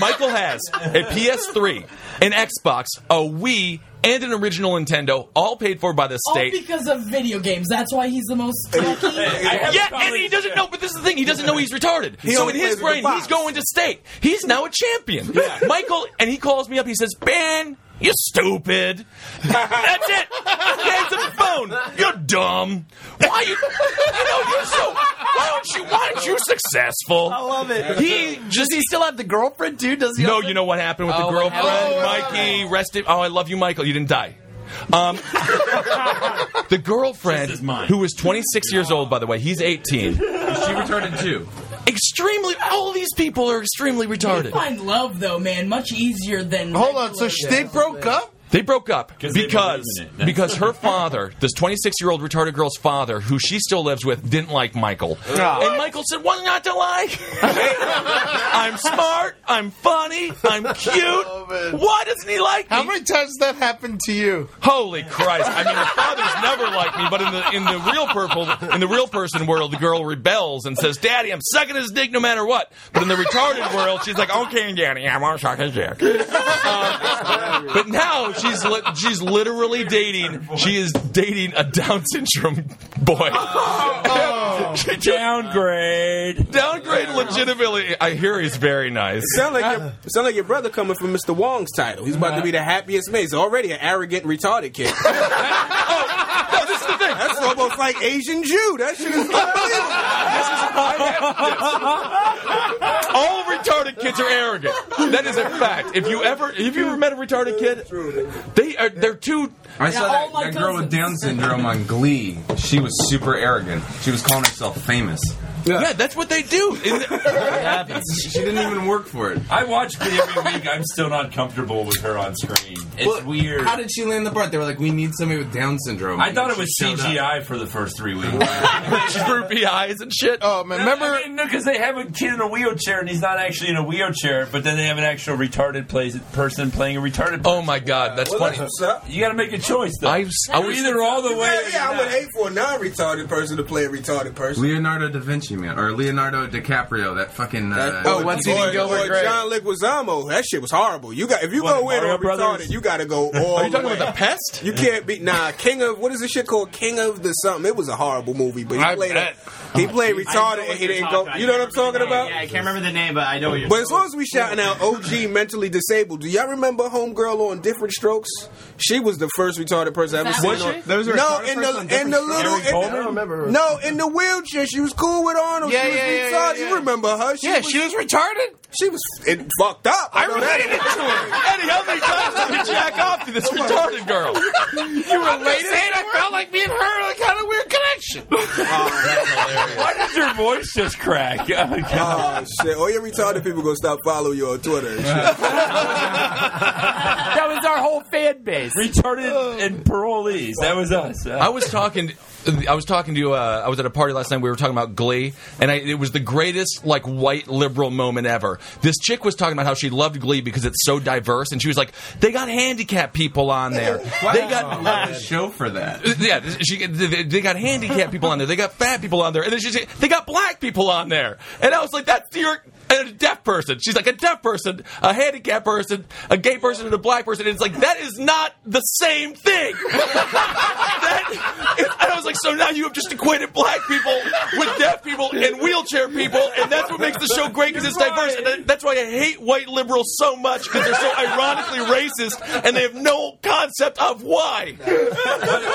[SPEAKER 2] Michael has a PS3, an Xbox, a Wii, and an original Nintendo, all paid for by the
[SPEAKER 1] all
[SPEAKER 2] state.
[SPEAKER 1] because of video games. That's why he's the most techie.
[SPEAKER 2] yeah, and he doesn't know. But this is the thing: he doesn't know he's retarded. so
[SPEAKER 6] only
[SPEAKER 2] in his
[SPEAKER 6] plays with the
[SPEAKER 2] brain,
[SPEAKER 6] box.
[SPEAKER 2] he's going to state. He's now a champion. (laughs) Michael, and he calls me up. He says, "Ben, you
[SPEAKER 6] (laughs)
[SPEAKER 2] stupid. That's it. Hangs up the phone. You're dumb. Why you? You know you're so. Why don't you? Why aren't you successful? I love it. He
[SPEAKER 8] Does
[SPEAKER 2] just
[SPEAKER 8] (laughs) he still have the girlfriend too? Does he?
[SPEAKER 2] no,
[SPEAKER 8] also-
[SPEAKER 2] you know what happened with the
[SPEAKER 8] Oh,
[SPEAKER 2] girlfriend,
[SPEAKER 8] oh,
[SPEAKER 2] Mikey. Rest in. Oh, I love you, Michael. You didn't die. Um, the girlfriend,
[SPEAKER 5] This is mine.
[SPEAKER 2] who was 26 years old, by the way, he's 18.
[SPEAKER 7] Is she retarded too?
[SPEAKER 2] Extremely, all these people are extremely retarded.
[SPEAKER 1] Find love though, man, much easier than
[SPEAKER 3] Hold on. So sh- they broke up.
[SPEAKER 2] They broke up
[SPEAKER 5] 'Cause they
[SPEAKER 2] because
[SPEAKER 5] believe in it.
[SPEAKER 2] because her father, this 26 year old retarded girl's father, who she still lives with, didn't like Michael. And Michael said, "What not to like? (laughs) I'm smart. I'm funny. I'm cute. Why doesn't he like me?"
[SPEAKER 3] How many times has that happened to you?
[SPEAKER 2] Holy Christ! I mean, the father's never liked me, but in the in the real purple in the real person world, the girl rebels and says, "Daddy, I'm sucking his dick no matter what." But in the retarded world, she's like, "Okay, Daddy, I'm gonna suck his dick." Um, but now she's li- she's literally dating. She is dating a Down syndrome boy. She just
[SPEAKER 5] Downgrade.
[SPEAKER 2] Downgrade legitimately. I hear he's very nice.
[SPEAKER 6] Sound like, your, sound like your brother coming from Mr. Wong's title. He's about to be the happiest man. He's already an arrogant, retarded kid. (laughs) Oh,
[SPEAKER 2] No, this is the thing.
[SPEAKER 6] That's almost like Asian Jew. oh, That shit is unbelievable.
[SPEAKER 2] (laughs) All retarded retarded kids are arrogant. That is a fact. If you ever, if you ever met a retarded kid, they are they're too.
[SPEAKER 7] I saw
[SPEAKER 1] all
[SPEAKER 7] that,
[SPEAKER 1] my
[SPEAKER 7] that girl with
[SPEAKER 1] cousins.
[SPEAKER 7] Down syndrome on Glee. She was super arrogant. She was calling herself famous.
[SPEAKER 2] Yeah, that's what they do. And
[SPEAKER 7] She didn't even work for it.
[SPEAKER 5] I watch Glee every week. I'm still not comfortable with her on screen. It's
[SPEAKER 7] Well,
[SPEAKER 5] weird.
[SPEAKER 7] How did she land the part? They were like, "We need somebody with Down syndrome."
[SPEAKER 5] I thought it was
[SPEAKER 7] She showed up.
[SPEAKER 5] CGI for the first three
[SPEAKER 2] (laughs)
[SPEAKER 5] weeks.
[SPEAKER 2] droopy eyes and shit.
[SPEAKER 3] Oh man, remember?
[SPEAKER 5] I mean, no, because they have a kid in a wheelchair and he's not actually in a wheelchair, but then they have an actual retarded plays, person playing a retarded.
[SPEAKER 2] Oh my god, that's
[SPEAKER 6] Well,
[SPEAKER 2] funny.
[SPEAKER 6] that's what's up.
[SPEAKER 5] You got to make a choice though.
[SPEAKER 2] I've- I
[SPEAKER 5] You're
[SPEAKER 2] was-
[SPEAKER 5] either all the way. or
[SPEAKER 6] Yeah, yeah, I
[SPEAKER 5] you're
[SPEAKER 6] would
[SPEAKER 5] not.
[SPEAKER 6] hate for a non-retarded person to play a retarded person.
[SPEAKER 7] Leonardo da Vinci, man, or Leonardo DiCaprio, that fucking. Uh,
[SPEAKER 2] Oh,
[SPEAKER 6] Or-
[SPEAKER 4] what's
[SPEAKER 6] or,
[SPEAKER 4] eating Gilbert
[SPEAKER 6] or
[SPEAKER 4] Grape?
[SPEAKER 6] John Leguizamo. That shit was horrible. You got if you
[SPEAKER 5] What,
[SPEAKER 6] go in
[SPEAKER 5] Mario
[SPEAKER 6] on
[SPEAKER 5] Brothers?
[SPEAKER 6] retarded, you got
[SPEAKER 2] (laughs)
[SPEAKER 6] to go all.
[SPEAKER 2] Are you talking
[SPEAKER 6] the way.
[SPEAKER 2] about the pest?
[SPEAKER 6] You can't be nah. King of what is this shit called? King of the something. It was a horrible movie, but he
[SPEAKER 3] I
[SPEAKER 6] played
[SPEAKER 3] bet.
[SPEAKER 6] a, he played
[SPEAKER 8] I know
[SPEAKER 6] retarded
[SPEAKER 8] what
[SPEAKER 6] and he
[SPEAKER 8] you're
[SPEAKER 6] didn't
[SPEAKER 8] talking
[SPEAKER 6] go. You know what I'm talking
[SPEAKER 8] I can't-
[SPEAKER 6] about?
[SPEAKER 8] Yeah, I can't remember the name, but I know what you're.
[SPEAKER 6] But as long as we shouting out OG mentally disabled, do y'all remember Homegirl on Different Strokes? She was the first retarded person I ever
[SPEAKER 1] That
[SPEAKER 6] seen.
[SPEAKER 1] was
[SPEAKER 6] on-
[SPEAKER 1] she?
[SPEAKER 9] There was a
[SPEAKER 6] no,
[SPEAKER 9] retarded
[SPEAKER 6] in
[SPEAKER 9] person
[SPEAKER 6] the
[SPEAKER 9] on
[SPEAKER 6] in the
[SPEAKER 9] Different
[SPEAKER 6] little
[SPEAKER 5] Strokes? Harry
[SPEAKER 6] in the-
[SPEAKER 5] Coleman?
[SPEAKER 9] I remember her.
[SPEAKER 6] No, in the wheelchair, (laughs) she was cool with Arnold.
[SPEAKER 3] Yeah,
[SPEAKER 6] she was
[SPEAKER 3] yeah, yeah,
[SPEAKER 6] retarded.
[SPEAKER 3] yeah, yeah.
[SPEAKER 6] You remember her? She
[SPEAKER 3] Yeah,
[SPEAKER 6] was,
[SPEAKER 3] she was retarded.
[SPEAKER 6] she was it fucked up. I, know that.
[SPEAKER 2] Eddie,
[SPEAKER 6] (laughs)
[SPEAKER 2] how many times did you jack off to
[SPEAKER 3] (laughs)
[SPEAKER 2] this retarded girl?
[SPEAKER 3] Oh, I'm just saying, I felt like me and her had kind of weird connection.
[SPEAKER 5] Why did your voice just crack? Oh, God.
[SPEAKER 6] Oh shit! All your retarded people gonna stop following you on Twitter. And shit.
[SPEAKER 3] That was our whole fan base.
[SPEAKER 5] retarded and parolees. That was us.
[SPEAKER 2] I was talking. I was talking to. Uh, I was at a party last night. We were talking about Glee, and I, it was the greatest like white liberal moment ever. This chick was talking about how she loved Glee because it's so diverse, and she was like, "They got handicapped people on there. They got."
[SPEAKER 7] the show for that.
[SPEAKER 2] Uh, Yeah, she, they they got handicapped people on there. They got fat people on there, and then she's they got black people on there. And I was like, "That's your and a deaf person." She's like, "A deaf person, a handicapped person, a gay person, and a black person." And it's like that is not the same thing. (laughs) that, and I was like, "So now you have just equated black people with deaf people and wheelchair people, and that's what makes the show great because it's diverse." And that- that's why I hate white liberals so much because they're so ironically racist and they have no concept of why.
[SPEAKER 5] By the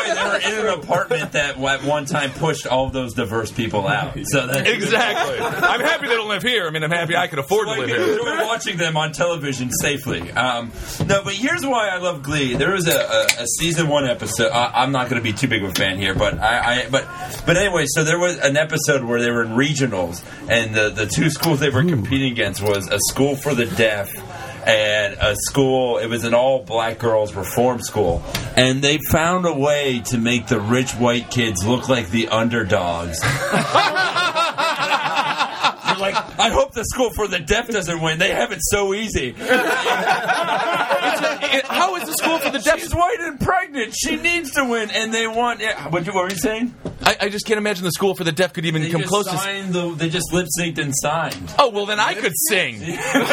[SPEAKER 5] way, they were in an apartment that at one time pushed all of those diverse people out. So that's
[SPEAKER 2] Exactly. I'm happy they don't live here. I mean, I'm happy I can afford to
[SPEAKER 5] Like,
[SPEAKER 2] live here.
[SPEAKER 5] enjoy watching them on television safely. Um, no, but here's why I love Glee. There was a, a, a season one episode. I, I'm not going to be too big of a fan here, but I, I but but anyway. So there was an episode where they were in regionals, and the the two schools they were competing against was a school for the deaf. And a school, it was an all black girls reform school. And they found a way to make the rich white kids look like the underdogs. You're like, I hope the school for the deaf doesn't win. They have it so easy.
[SPEAKER 2] How is the school for the deaf?
[SPEAKER 5] She's white and pregnant. She needs to win, and they want. It. What, you- what were you saying?
[SPEAKER 2] I, I just can't imagine the school for the deaf could even come close. To,
[SPEAKER 5] signed. The, they just lip synced and signed.
[SPEAKER 2] oh well, then I could
[SPEAKER 5] (laughs)
[SPEAKER 2] sing. (laughs) Fuck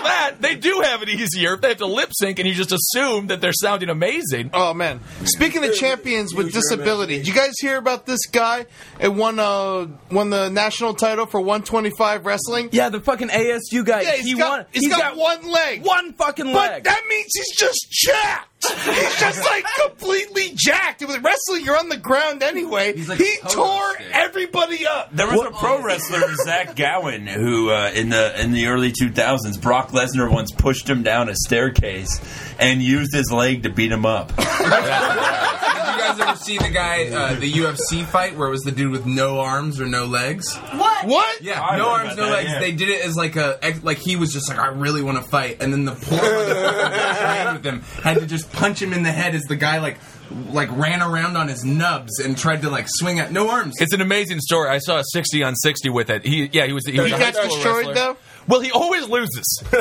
[SPEAKER 2] that they do have it easier if they have to lip sync, and you just assume that they're sounding amazing.
[SPEAKER 3] Oh man! Speaking of champions with disability, you guys hear about this guy? It won uh won the national title for 125 wrestling.
[SPEAKER 4] Yeah, the fucking ASU guy.
[SPEAKER 3] Yeah, he's
[SPEAKER 4] he
[SPEAKER 3] got,
[SPEAKER 4] won.
[SPEAKER 3] he's got, one leg.
[SPEAKER 4] one fucking
[SPEAKER 3] But
[SPEAKER 4] leg.
[SPEAKER 3] that means he's just jacked. He's just
[SPEAKER 4] (laughs)
[SPEAKER 3] like completely jacked. With wrestling, you're on the ground anyway.
[SPEAKER 7] He's like
[SPEAKER 3] he
[SPEAKER 7] a total
[SPEAKER 3] tore
[SPEAKER 7] stick.
[SPEAKER 3] everybody up.
[SPEAKER 5] There was a pro wrestler, Zach Gowen, who uh, in the in the early 2000s, Brock Lesnar once pushed him down a staircase and used his leg to beat him
[SPEAKER 9] (laughs)
[SPEAKER 5] up.
[SPEAKER 7] Did you guys ever see the guy, uh, the UFC fight where it was the dude with no arms or no legs?
[SPEAKER 3] What?
[SPEAKER 7] Yeah,
[SPEAKER 5] I
[SPEAKER 7] no
[SPEAKER 5] remember
[SPEAKER 7] arms, no
[SPEAKER 5] that,
[SPEAKER 7] legs.
[SPEAKER 5] yeah.
[SPEAKER 7] They did it as like a ex- like he was just like I really want to fight, and then the poor motherfucker that trained with him had to just punch him in the head as the guy like like ran around on his nubs and tried to like swing at no arms.
[SPEAKER 2] It's an amazing story. I saw a sixty on sixty with it. He, yeah, he was. He, was
[SPEAKER 3] He
[SPEAKER 2] a high
[SPEAKER 3] got
[SPEAKER 2] school
[SPEAKER 3] destroyed
[SPEAKER 2] wrestler.
[SPEAKER 3] though.
[SPEAKER 2] Well, he always loses. (laughs)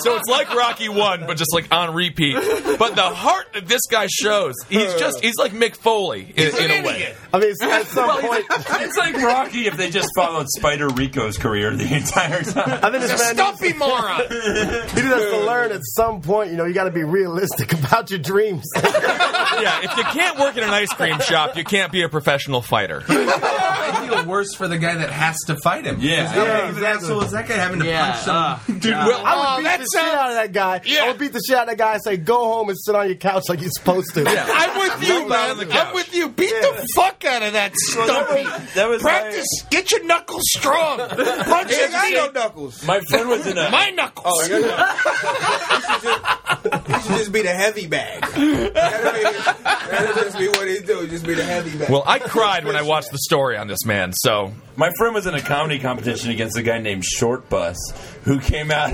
[SPEAKER 2] so it's like Rocky One, but just like on repeat. But the heart that this guy shows, he's just—he's like Mick Foley in, in a way.
[SPEAKER 9] I mean, it's- at
[SPEAKER 5] (laughs)
[SPEAKER 9] some point,
[SPEAKER 5] it's like Rocky if they just followed Spider Rico's career the entire time.
[SPEAKER 9] I think this man needs-
[SPEAKER 3] Stumpy moron.
[SPEAKER 9] (laughs) he just
[SPEAKER 5] (laughs)
[SPEAKER 9] has to learn at some point. You know, you got to be realistic (laughs) about your dreams.
[SPEAKER 2] Yeah, if you can't work in an ice cream shop, you can't be a professional fighter.
[SPEAKER 7] feel worse for the guy that has to fight him.
[SPEAKER 5] Yeah.
[SPEAKER 7] How
[SPEAKER 9] Yeah,
[SPEAKER 7] big of an
[SPEAKER 9] exactly.
[SPEAKER 7] asshole is that guy having to
[SPEAKER 1] Yeah,
[SPEAKER 7] punch (laughs) someone?
[SPEAKER 5] Dude, well,
[SPEAKER 9] I would
[SPEAKER 3] Oh,
[SPEAKER 9] beat
[SPEAKER 3] that
[SPEAKER 9] the
[SPEAKER 3] sounds-
[SPEAKER 9] shit out of that guy. I
[SPEAKER 3] Yeah.
[SPEAKER 9] would beat the shit out of that guy and say, "Go home and sit on your couch like you're supposed to." (laughs)
[SPEAKER 3] I'm with you,
[SPEAKER 5] Roll down on the
[SPEAKER 3] man.
[SPEAKER 5] couch.
[SPEAKER 3] I'm with you. Beat the fuck out of that
[SPEAKER 5] that
[SPEAKER 3] stumpy.
[SPEAKER 5] was- that was
[SPEAKER 3] Practice. Get your knuckles
[SPEAKER 6] (laughs)
[SPEAKER 3] strong. Punch
[SPEAKER 6] Hey, I
[SPEAKER 3] it.
[SPEAKER 6] know knuckles. Oh,
[SPEAKER 5] my friend was in a.
[SPEAKER 3] My knuckles.
[SPEAKER 6] He should just be the heavy bag. That'll be, that'll just be what he do. Just be the heavy bag.
[SPEAKER 2] Well, I cried when I watched the story on this man. So
[SPEAKER 5] My friend was in a comedy competition against a guy named Short Bus who came out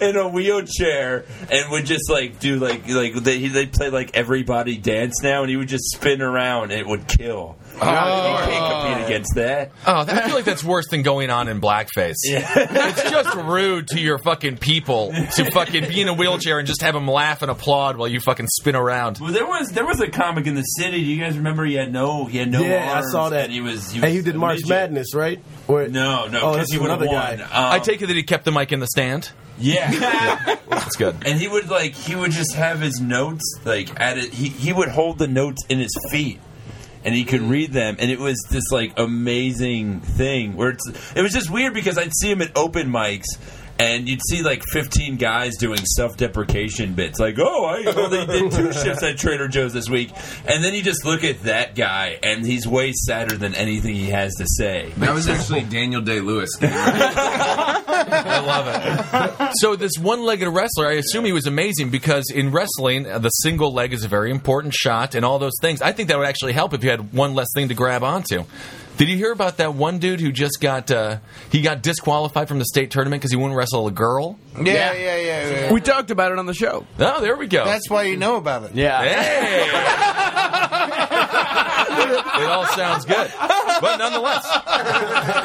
[SPEAKER 5] (laughs) in a wheelchair and would just like do like like they they play like everybody dance now and he would just spin around and it would kill. you can't compete against that.
[SPEAKER 2] Oh, that, I feel like that's worse than going on in blackface. it's just rude to your fucking people
[SPEAKER 5] (laughs)
[SPEAKER 2] to fucking be in a wheelchair and just have them laugh and applaud while you fucking spin around.
[SPEAKER 5] Well, there was there was a comic in the city. Do you guys remember? He had no he had no
[SPEAKER 9] Yeah,
[SPEAKER 5] arms
[SPEAKER 9] I saw that.
[SPEAKER 5] And he was he was
[SPEAKER 9] hey, you did
[SPEAKER 5] a
[SPEAKER 9] March
[SPEAKER 5] midget.
[SPEAKER 9] Madness, right? Where-
[SPEAKER 5] No, no,
[SPEAKER 9] Oh,
[SPEAKER 5] because
[SPEAKER 9] this
[SPEAKER 5] he
[SPEAKER 9] is
[SPEAKER 5] would have
[SPEAKER 9] another
[SPEAKER 5] won.
[SPEAKER 9] guy.
[SPEAKER 5] Um,
[SPEAKER 2] I take it that he kept the mic in the stand.
[SPEAKER 9] (laughs)
[SPEAKER 5] yeah.
[SPEAKER 2] That's good.
[SPEAKER 5] and he would like he would just have his notes like at it he, he would hold the notes in his feet and he could read them and it was this like amazing thing where it's it was just weird because i'd see him at open mics and you'd see like 15 guys doing self-deprecation bits like oh i only did two shifts at trader joe's this week and then you just look at that guy and he's way sadder than anything he has to say
[SPEAKER 7] That was actually Daniel Day
[SPEAKER 9] (laughs)
[SPEAKER 7] Lewis.
[SPEAKER 2] I love it. So this one-legged wrestler, I assume he was amazing because in wrestling, uh, the single leg is a very important shot and all those things. I think that would actually help if you had one less thing to grab onto. Did you hear about that one dude who just got uh, he got disqualified from the state tournament because he wouldn't wrestle a girl?
[SPEAKER 3] (laughs) Yeah, yeah, yeah, yeah.
[SPEAKER 4] We talked about it on the show.
[SPEAKER 2] Oh, there we go.
[SPEAKER 3] That's why you know about it.
[SPEAKER 4] Yeah.
[SPEAKER 2] (laughs) Hey! it all sounds good. But nonetheless,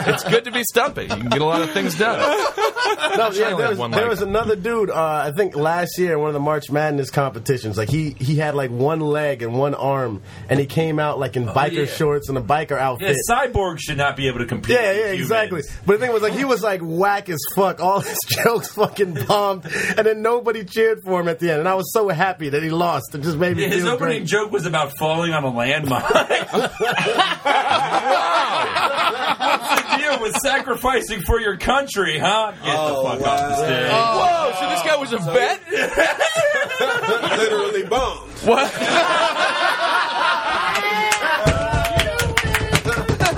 [SPEAKER 2] it's good to be stumpy. You can get a lot of things done.
[SPEAKER 9] (laughs) No, yeah,
[SPEAKER 2] only
[SPEAKER 9] there,
[SPEAKER 2] had
[SPEAKER 9] was,
[SPEAKER 2] one
[SPEAKER 9] there
[SPEAKER 2] leg.
[SPEAKER 9] was another dude. Uh, I think last year in one of the March Madness competitions, like he he had like one leg and one arm, and he came out like in biker
[SPEAKER 5] yeah.
[SPEAKER 9] shorts and a biker outfit.
[SPEAKER 5] yeah, cyborg should not be able to compete
[SPEAKER 9] Yeah,
[SPEAKER 5] with
[SPEAKER 9] yeah,
[SPEAKER 5] humans.
[SPEAKER 9] exactly. But the thing was, like, he was like whack as fuck. All his (laughs) jokes fucking bombed, and then nobody cheered for him at the end. And I was so happy that he lost. It just made me
[SPEAKER 5] Yeah, His
[SPEAKER 9] feel
[SPEAKER 5] opening
[SPEAKER 9] great.
[SPEAKER 5] joke was about falling on a landmine. (laughs) What's the deal with sacrificing for your country, huh? Get the
[SPEAKER 6] Oh,
[SPEAKER 5] fuck
[SPEAKER 6] wow. Oh.
[SPEAKER 5] off the stage.
[SPEAKER 2] Whoa, so this guy was a bet?
[SPEAKER 6] (laughs) literally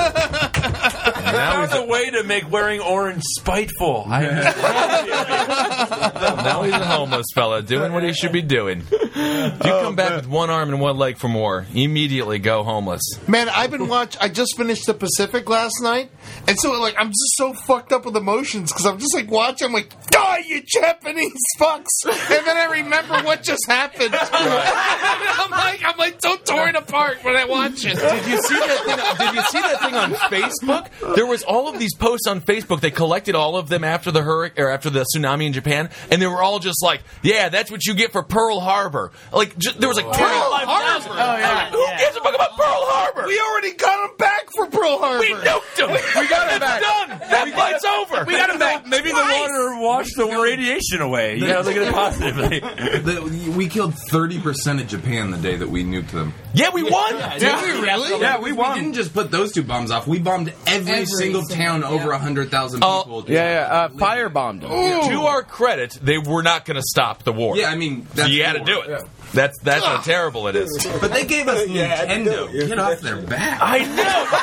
[SPEAKER 6] bombed.
[SPEAKER 2] (laughs) Now
[SPEAKER 5] Found a way to make wearing orange spiteful.
[SPEAKER 2] (laughs) Now he's a (laughs) homeless fella doing what he should be doing. If you
[SPEAKER 3] Oh,
[SPEAKER 2] come back with one arm and one leg from war, immediately go homeless.
[SPEAKER 3] Man, I've been watch. I just finished the Pacific last night, and so like I'm just so fucked up with emotions because I'm just like watching. I'm like, oh, you Japanese fucks, and then I remember what just
[SPEAKER 2] (laughs)
[SPEAKER 3] happened. I'm like, I'm like so torn apart when I watch it.
[SPEAKER 2] Did you see that thing? Did you see that thing on Facebook? There was all of these posts on Facebook. They collected all of them after the hurricane or after the tsunami in Japan, and they were all just like, "Yeah, that's what you get for Pearl Harbor." Like ju- there was like
[SPEAKER 3] Pearl
[SPEAKER 2] 25,000.
[SPEAKER 3] Harbor.
[SPEAKER 4] Oh,
[SPEAKER 2] I'm like, Who gives a fuck about Pearl Harbor?
[SPEAKER 3] We already got him back for Pearl Harbor.
[SPEAKER 2] We nuked him. We got him back. Done. That fight's over. We got him back.
[SPEAKER 5] Maybe the water washed the radiation away. You gotta look at
[SPEAKER 7] (laughs)
[SPEAKER 5] it (laughs) positively.
[SPEAKER 7] The- we killed 30% of Japan the day that we nuked them.
[SPEAKER 2] Yeah, we won.
[SPEAKER 3] Did we really?
[SPEAKER 7] Yeah, we won. We didn't just put those two bombs off. We bombed every,
[SPEAKER 1] Every
[SPEAKER 7] single
[SPEAKER 1] single-
[SPEAKER 7] town over 100,000 people.
[SPEAKER 4] Yeah, yeah. Uh, firebombed him.
[SPEAKER 2] To our credit, they were not going to stop the war.
[SPEAKER 7] Yeah, I mean,
[SPEAKER 2] So
[SPEAKER 7] that's
[SPEAKER 2] you had to
[SPEAKER 7] war. Ah.
[SPEAKER 2] do it. That's that's how terrible it is.
[SPEAKER 7] (laughs) But they gave us
[SPEAKER 6] Yeah, I had to
[SPEAKER 7] Nintendo.
[SPEAKER 6] do it.
[SPEAKER 7] Get off their back.
[SPEAKER 5] I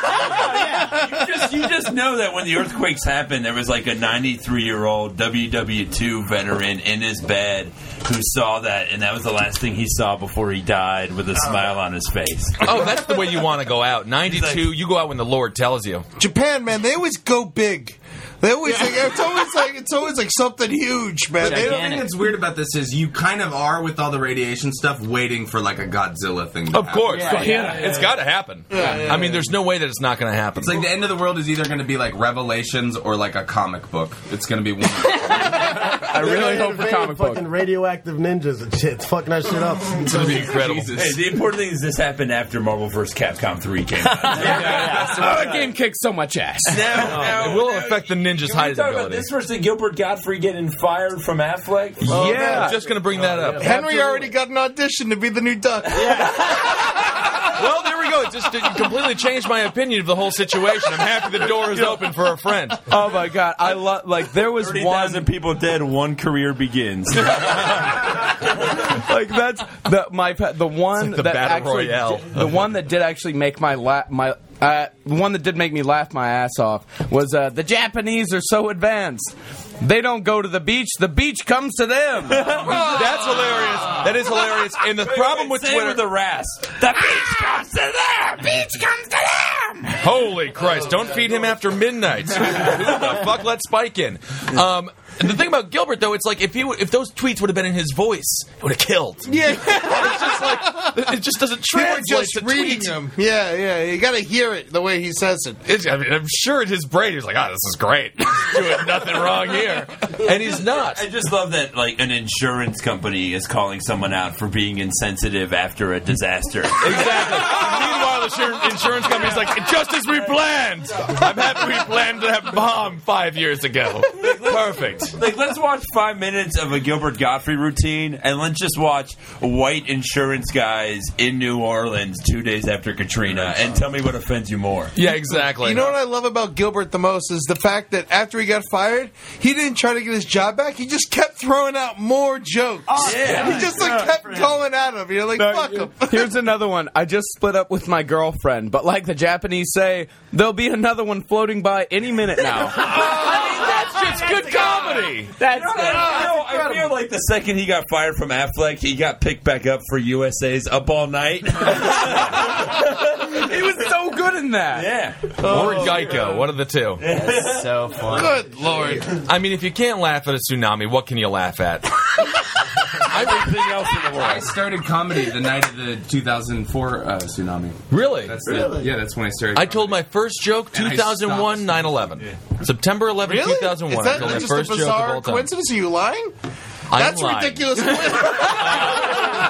[SPEAKER 5] know. (laughs) you, just, you just know that when the earthquakes happened, there was like a 93 year old WW2 veteran in his bed who saw that, and that was the last thing he saw before he died with a smile on his face.
[SPEAKER 2] Oh, that's the way you want to go out. Ninety-two, you go out when the Lord tells you.
[SPEAKER 3] Japan, man, they always go big. They always like it's always like it's always like something huge, man. They
[SPEAKER 7] The thing
[SPEAKER 3] don't,
[SPEAKER 7] that's weird about this is you kind of are with all the radiation stuff waiting for like a Godzilla thing. To
[SPEAKER 2] Of
[SPEAKER 7] happen.
[SPEAKER 2] course, it's got to happen. I mean, there's no way that it's not going to happen.
[SPEAKER 7] It's like the end of the world is either going to be like Revelations or like a comic book. It's going to be one. of those.
[SPEAKER 4] I really hope the
[SPEAKER 9] Invaded
[SPEAKER 4] comic book.
[SPEAKER 9] fucking radioactive ninjas and shit. It's fucking that shit up.
[SPEAKER 7] It's going to be
[SPEAKER 2] incredible.
[SPEAKER 5] Hey, the important thing is this happened after Marvel vs. Capcom 3 came out. (laughs)
[SPEAKER 4] Oh, that game kicks so much ass.
[SPEAKER 2] Oh, it will affect the ninja's
[SPEAKER 5] Can we
[SPEAKER 2] hiding
[SPEAKER 5] talk about
[SPEAKER 2] ability.
[SPEAKER 5] this versus Gilbert Godfrey getting fired from Affleck?
[SPEAKER 2] yeah, I'm just going to bring that up.
[SPEAKER 3] (laughs) Henry already got an audition to be the new duck.
[SPEAKER 2] Well, there we go. It just it completely changed my opinion of the whole situation. I'm happy the door is open for a friend.
[SPEAKER 4] Oh my god, I love like there was one
[SPEAKER 5] 30,000 people dead, one career
[SPEAKER 2] (laughs)
[SPEAKER 5] begins.
[SPEAKER 4] like that's the my pa- the one
[SPEAKER 2] like the
[SPEAKER 4] that
[SPEAKER 2] battle
[SPEAKER 4] actually
[SPEAKER 2] royale.
[SPEAKER 4] the one that did actually make my la- my uh, the one that did make me laugh my ass off was uh, the Japanese are so advanced. They don't go to the beach. The beach comes to
[SPEAKER 2] (laughs)
[SPEAKER 4] them.
[SPEAKER 2] That's hilarious. That is hilarious. And the problem with
[SPEAKER 5] Say it
[SPEAKER 2] Twitter,
[SPEAKER 5] with the
[SPEAKER 2] (laughs)
[SPEAKER 5] rasp. The beach comes to them. Beach comes to them.
[SPEAKER 2] Holy Christ! Don't feed him after midnight. Who the fuck let Spike in? Um, and the thing about Gilbert though, it's like if he would- if those tweets would have been in his voice, it would have killed. Yeah, (laughs) it's just like it just doesn't
[SPEAKER 3] (laughs) People are
[SPEAKER 2] translate
[SPEAKER 3] just
[SPEAKER 2] to
[SPEAKER 3] reading
[SPEAKER 2] tweets.
[SPEAKER 3] them. Yeah, yeah. You got to hear it the way he says it.
[SPEAKER 2] It's, I mean, I'm sure in his brain he's like, "Ah, this is great. (laughs) He's doing nothing wrong here," (laughs) and he's not.
[SPEAKER 5] I just love that like an insurance company is calling someone out for being insensitive after a
[SPEAKER 2] (laughs)
[SPEAKER 5] disaster.
[SPEAKER 2] Exactly. Meanwhile, the insur- insurance company's like, just as we planned. I'm happy we planned to have bomb five years ago. Perfect.
[SPEAKER 5] like let's watch five minutes of a Gilbert Godfrey routine, and let's just watch white insurance guys in New Orleans two days after Katrina, and tell me what offends you more.
[SPEAKER 2] Yeah, exactly.
[SPEAKER 3] You know what I love about Gilbert the most is the fact that after he got fired, he didn't try to get his job back. He just kept throwing out more jokes.
[SPEAKER 2] Oh,
[SPEAKER 4] Oh,
[SPEAKER 5] yeah.
[SPEAKER 3] He just like kept going at him. You're like,
[SPEAKER 5] (laughs)
[SPEAKER 3] fuck him.
[SPEAKER 4] Here's another one. I just split up with my girlfriend, but like the Japanese say, there'll be another one floating by any minute
[SPEAKER 2] (laughs)
[SPEAKER 4] now.
[SPEAKER 2] That's just good comedy.
[SPEAKER 4] That's
[SPEAKER 5] I feel, I feel like the second he got fired from Affleck, he got picked back up for USA's Up All Night.
[SPEAKER 4] he was so good in that.
[SPEAKER 5] yeah.
[SPEAKER 2] or Geico, one of the two.
[SPEAKER 8] so funny.
[SPEAKER 3] Good lord.
[SPEAKER 2] I mean, if you can't laugh at a tsunami, what can you laugh at? (laughs) Everything else in the
[SPEAKER 7] I
[SPEAKER 2] world.
[SPEAKER 7] started comedy the night of the 2004 uh, tsunami.
[SPEAKER 2] Really?
[SPEAKER 7] That's The, yeah, that's when I started.
[SPEAKER 2] I told my first joke
[SPEAKER 7] And I stopped.
[SPEAKER 2] 2001 9 11. September 11,
[SPEAKER 3] Really?
[SPEAKER 2] 2001.
[SPEAKER 3] Is
[SPEAKER 2] I
[SPEAKER 3] that
[SPEAKER 2] told my
[SPEAKER 3] just
[SPEAKER 2] first
[SPEAKER 3] a
[SPEAKER 2] joke of all
[SPEAKER 3] bizarre
[SPEAKER 2] time.
[SPEAKER 3] coincidence? Are you lying?
[SPEAKER 2] I'm
[SPEAKER 3] That's
[SPEAKER 2] lying.
[SPEAKER 3] ridiculous.
[SPEAKER 2] (laughs)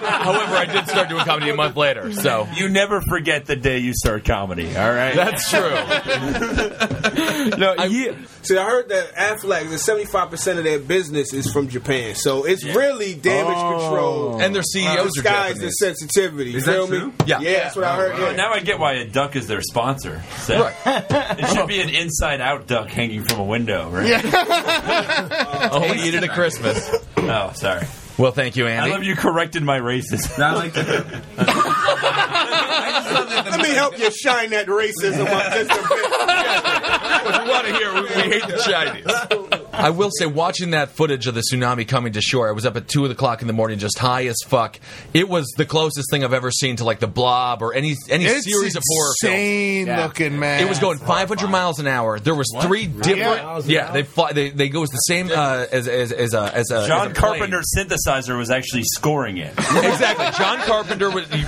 [SPEAKER 2] However, I did start doing comedy a month later, so.
[SPEAKER 5] You never forget the day you start comedy, all right?
[SPEAKER 2] That's true.
[SPEAKER 4] No, ye-
[SPEAKER 6] See, (laughs) I heard that Affleck, the seventy-five percent of their business is from Japan, so it's really damage
[SPEAKER 2] Oh.
[SPEAKER 6] control.
[SPEAKER 2] And their E CEOs are
[SPEAKER 6] disguise the
[SPEAKER 2] Japanese.
[SPEAKER 6] sensitivity.
[SPEAKER 7] Is
[SPEAKER 6] you feel
[SPEAKER 7] that
[SPEAKER 6] me?
[SPEAKER 7] true?
[SPEAKER 2] Yeah.
[SPEAKER 6] that's what I heard. yeah.
[SPEAKER 5] now I get why a duck is their sponsor. So. it should be an inside out duck hanging from a window, right? (laughs)
[SPEAKER 2] Only Oh, eat it at Christmas.
[SPEAKER 5] Oh, sorry.
[SPEAKER 2] Well, thank you,
[SPEAKER 5] I
[SPEAKER 2] Andy.
[SPEAKER 5] love you corrected my racism.
[SPEAKER 7] I like that.
[SPEAKER 6] Let me help you shine that racism
[SPEAKER 2] (laughs)
[SPEAKER 6] up just a bit.
[SPEAKER 2] we want to hear. We, we hate the Chinese. I will say, watching that footage of the tsunami coming to shore, I was up at two o'clock in the morning, just high as fuck. It was the closest thing I've ever seen to like the Blob or any any
[SPEAKER 3] It's
[SPEAKER 2] series of horror films.
[SPEAKER 3] insane looking, man.
[SPEAKER 2] It was going 500 miles an hour. There was three different.
[SPEAKER 9] miles an
[SPEAKER 2] Yeah,
[SPEAKER 9] hour?
[SPEAKER 2] they fly. They, they go as the same uh, as as as a as a as
[SPEAKER 5] John
[SPEAKER 2] a plane.
[SPEAKER 5] Carpenter's synthesizer was actually scoring it.
[SPEAKER 2] exactly. John Carpenter was, he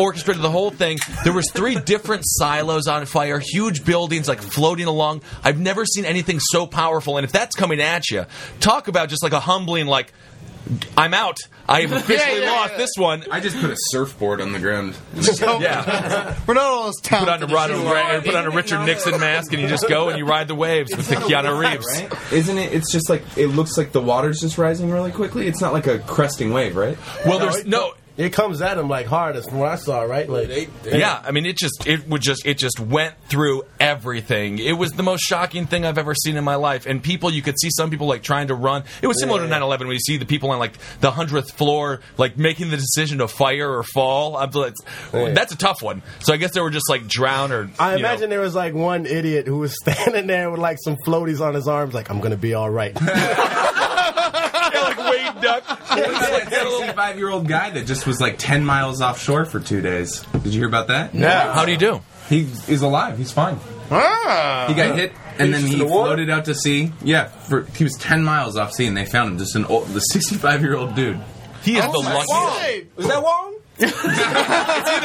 [SPEAKER 2] orchestrated the whole thing. There was three different silos on fire, huge buildings like floating along. I've never seen anything so powerful. And if that's coming at you, talk about just like a humbling like. I'm out.
[SPEAKER 7] (laughs)
[SPEAKER 2] I have officially
[SPEAKER 3] (laughs) yeah,
[SPEAKER 2] lost
[SPEAKER 3] yeah.
[SPEAKER 2] this one.
[SPEAKER 7] I just put a surfboard on
[SPEAKER 2] (laughs)
[SPEAKER 7] the ground.
[SPEAKER 2] Yeah,
[SPEAKER 3] We're not all as
[SPEAKER 2] put on a
[SPEAKER 3] talented. as
[SPEAKER 2] Ronald,
[SPEAKER 3] you
[SPEAKER 2] Re-
[SPEAKER 3] are.
[SPEAKER 2] or put on a Richard Nixon mask, and you just go and you ride the waves with the Keanu Reeves.
[SPEAKER 7] Isn't it? It's just like it looks like the water's just rising really quickly. It's not like a cresting wave, right?
[SPEAKER 2] Well, there's no.
[SPEAKER 9] It comes at him like hardest from what
[SPEAKER 7] (laughs)
[SPEAKER 9] (laughs) I saw, right? Like
[SPEAKER 2] Yeah, I mean, it just it would just it just went through everything. It was the most shocking thing I've ever seen in my life. And people, you could see some people like trying to run. It was similar to 9/11 when you see the people on like the hundredth floor, like making the decision to fire or fall. I'm like,
[SPEAKER 7] Oh,
[SPEAKER 2] that's a tough one. So I guess they were just like drown or.
[SPEAKER 9] I
[SPEAKER 2] you know.
[SPEAKER 9] imagine there was like one idiot who was (laughs) standing there with like some floaties on his arms, like I'm gonna be
[SPEAKER 2] (laughs)
[SPEAKER 9] all right.
[SPEAKER 2] Yeah, like Wade Duck.
[SPEAKER 7] Sixty-five-year-old guy that just was like ten miles offshore for two days. Did you hear about that?
[SPEAKER 2] How do you do?
[SPEAKER 7] He is alive. He's fine.
[SPEAKER 3] Ah.
[SPEAKER 7] He got hit and then
[SPEAKER 9] just
[SPEAKER 7] he
[SPEAKER 9] in the water?
[SPEAKER 7] floated out to sea. Yeah, for, he was ten miles off sea and they found him. Just an old, the sixty-five-year-old dude.
[SPEAKER 2] He
[SPEAKER 9] Oh
[SPEAKER 6] Oh
[SPEAKER 2] is the
[SPEAKER 3] That's
[SPEAKER 2] luckiest.
[SPEAKER 3] insane.
[SPEAKER 6] Is that wrong?
[SPEAKER 2] the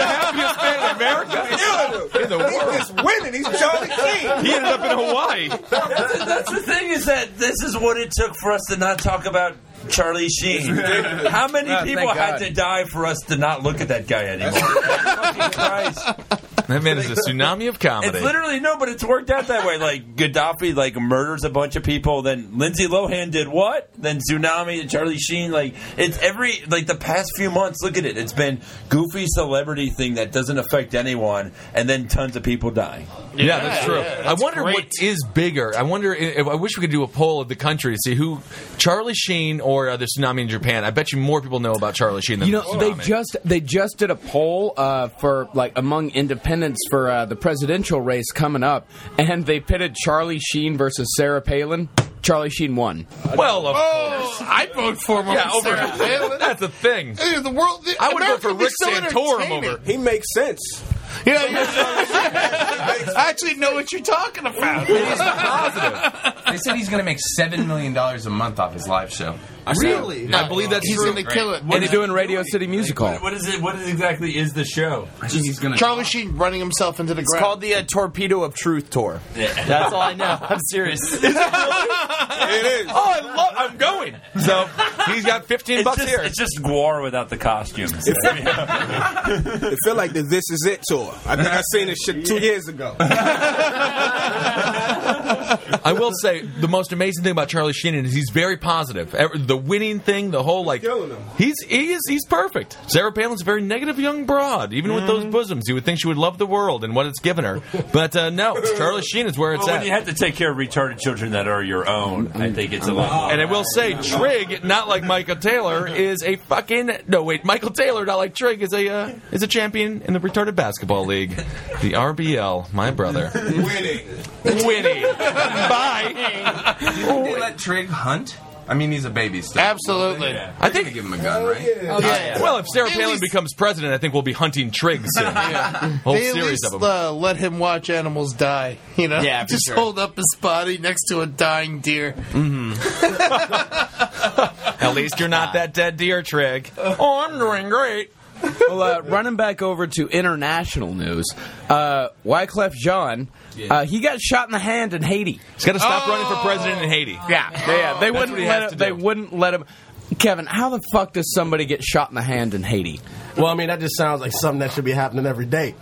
[SPEAKER 2] happiest man in (laughs) America. In the world.
[SPEAKER 6] He's winning. He's Charlie King.
[SPEAKER 2] He ended up in Hawaii.
[SPEAKER 5] that's, that's the thing is that this is what it took for us to not talk about Charlie
[SPEAKER 2] (laughs)
[SPEAKER 5] Sheen. How many
[SPEAKER 7] Oh, thank
[SPEAKER 5] people had
[SPEAKER 7] God.
[SPEAKER 5] to die for us to not look at that guy anymore? Fucking Christ.
[SPEAKER 2] That man is a tsunami of comedy.
[SPEAKER 5] It's literally no, but it's worked out that way. Like (laughs) Gaddafi, like murders a bunch of people. Then Lindsay Lohan did what? Then tsunami and Charlie Sheen. Like it's every like the past few months. Look at it. It's been goofy celebrity thing that doesn't affect anyone, and then tons of people dying.
[SPEAKER 2] Yeah, that's true. I wonder what is bigger. I wonder. If, I wish we could do a poll of the country to see who Charlie Sheen or uh, the tsunami in Japan. I bet you more people know about Charlie Sheen than
[SPEAKER 4] You know,
[SPEAKER 2] the
[SPEAKER 4] they (laughs)
[SPEAKER 2] tsunami.
[SPEAKER 4] just they just did a poll uh, for like among independents for uh, the presidential race coming up, and they pitted Charlie Sheen versus Sarah Palin. Charlie Sheen won.
[SPEAKER 2] well, of
[SPEAKER 3] Oh, I vote for him. over
[SPEAKER 2] yeah, over
[SPEAKER 3] Sarah (laughs) Palin.
[SPEAKER 2] that's the thing.
[SPEAKER 3] Dude, the world. The,
[SPEAKER 2] I would vote
[SPEAKER 3] America
[SPEAKER 2] for
[SPEAKER 3] would be
[SPEAKER 2] Rick
[SPEAKER 3] so
[SPEAKER 2] Santorum
[SPEAKER 3] entertaining.
[SPEAKER 2] over.
[SPEAKER 6] He makes sense.
[SPEAKER 3] Yeah, you're (laughs) I actually know what you're talking about.
[SPEAKER 7] They said he's going to make seven million dollars a month off his live show.
[SPEAKER 9] Really?
[SPEAKER 2] I believe that's
[SPEAKER 3] He's
[SPEAKER 2] true.
[SPEAKER 3] going to kill it.
[SPEAKER 4] and they're doing Radio City Music Hall.
[SPEAKER 5] What is it? What is exactly is the show?
[SPEAKER 7] I think he's going to.
[SPEAKER 3] Charlie Sheen running himself into the
[SPEAKER 8] It's
[SPEAKER 3] ground.
[SPEAKER 8] called the uh, Torpedo of Truth tour. (laughs) That's all I know. I'm serious.
[SPEAKER 6] It is.
[SPEAKER 2] Oh, I love. I'm going. So he's got 15
[SPEAKER 5] It's
[SPEAKER 2] bucks
[SPEAKER 5] just,
[SPEAKER 2] here.
[SPEAKER 5] it's just Guar without the costumes.
[SPEAKER 6] It feel like the This Is It tour. I think I seen this shit two years ago.
[SPEAKER 2] I will say the most amazing thing about Charlie Sheen is he's very positive. Ever- The winning thing, the whole like
[SPEAKER 6] Killing him.
[SPEAKER 2] he's he is he's perfect. Sarah Palin's a very negative young broad. Even with those bosoms, you would think she would love the world and what it's given her. But uh, no, Charlie Sheen is where it's
[SPEAKER 5] Well, when
[SPEAKER 2] at.
[SPEAKER 5] you have to take care of retarded children that are your own, I think it's a lot.
[SPEAKER 2] and I will say, Trig, not like Michael Taylor, is a fucking no. Wait, Michael Taylor, not like Trig, is a uh, is a champion in the retarded basketball league, the RBL. My brother,
[SPEAKER 6] Winning.
[SPEAKER 2] winning. Bye.
[SPEAKER 7] Did they let Trig hunt? I mean, he's a baby still.
[SPEAKER 3] (laughs) Absolutely.
[SPEAKER 2] I
[SPEAKER 7] They
[SPEAKER 2] think
[SPEAKER 7] give him a gun, right?
[SPEAKER 2] Well, if Sarah
[SPEAKER 3] They at
[SPEAKER 2] Palin
[SPEAKER 3] least-
[SPEAKER 2] becomes president, I think we'll be hunting Triggs soon. Whole
[SPEAKER 3] They at
[SPEAKER 2] series
[SPEAKER 3] least
[SPEAKER 2] of them.
[SPEAKER 3] uh, let him watch animals die. You know,
[SPEAKER 8] Yeah, for
[SPEAKER 3] just
[SPEAKER 8] sure.
[SPEAKER 3] hold up his body next to a dying deer.
[SPEAKER 2] Mm-hmm. At least you're not that dead deer, Trig. Oh, I'm doing great.
[SPEAKER 4] well, uh, running back over to international news, uh, Wyclef Jean, uh, he got shot in the hand in Haiti.
[SPEAKER 2] He's got to stop running for president in Haiti.
[SPEAKER 4] Yeah, yeah. They
[SPEAKER 2] That's
[SPEAKER 4] wouldn't
[SPEAKER 2] what he
[SPEAKER 4] let
[SPEAKER 2] has to
[SPEAKER 4] him, they
[SPEAKER 2] do.
[SPEAKER 4] wouldn't let him. Kevin, how the fuck does somebody get shot in the hand in Haiti?
[SPEAKER 9] Well, I mean, that just sounds like something that should be happening every day.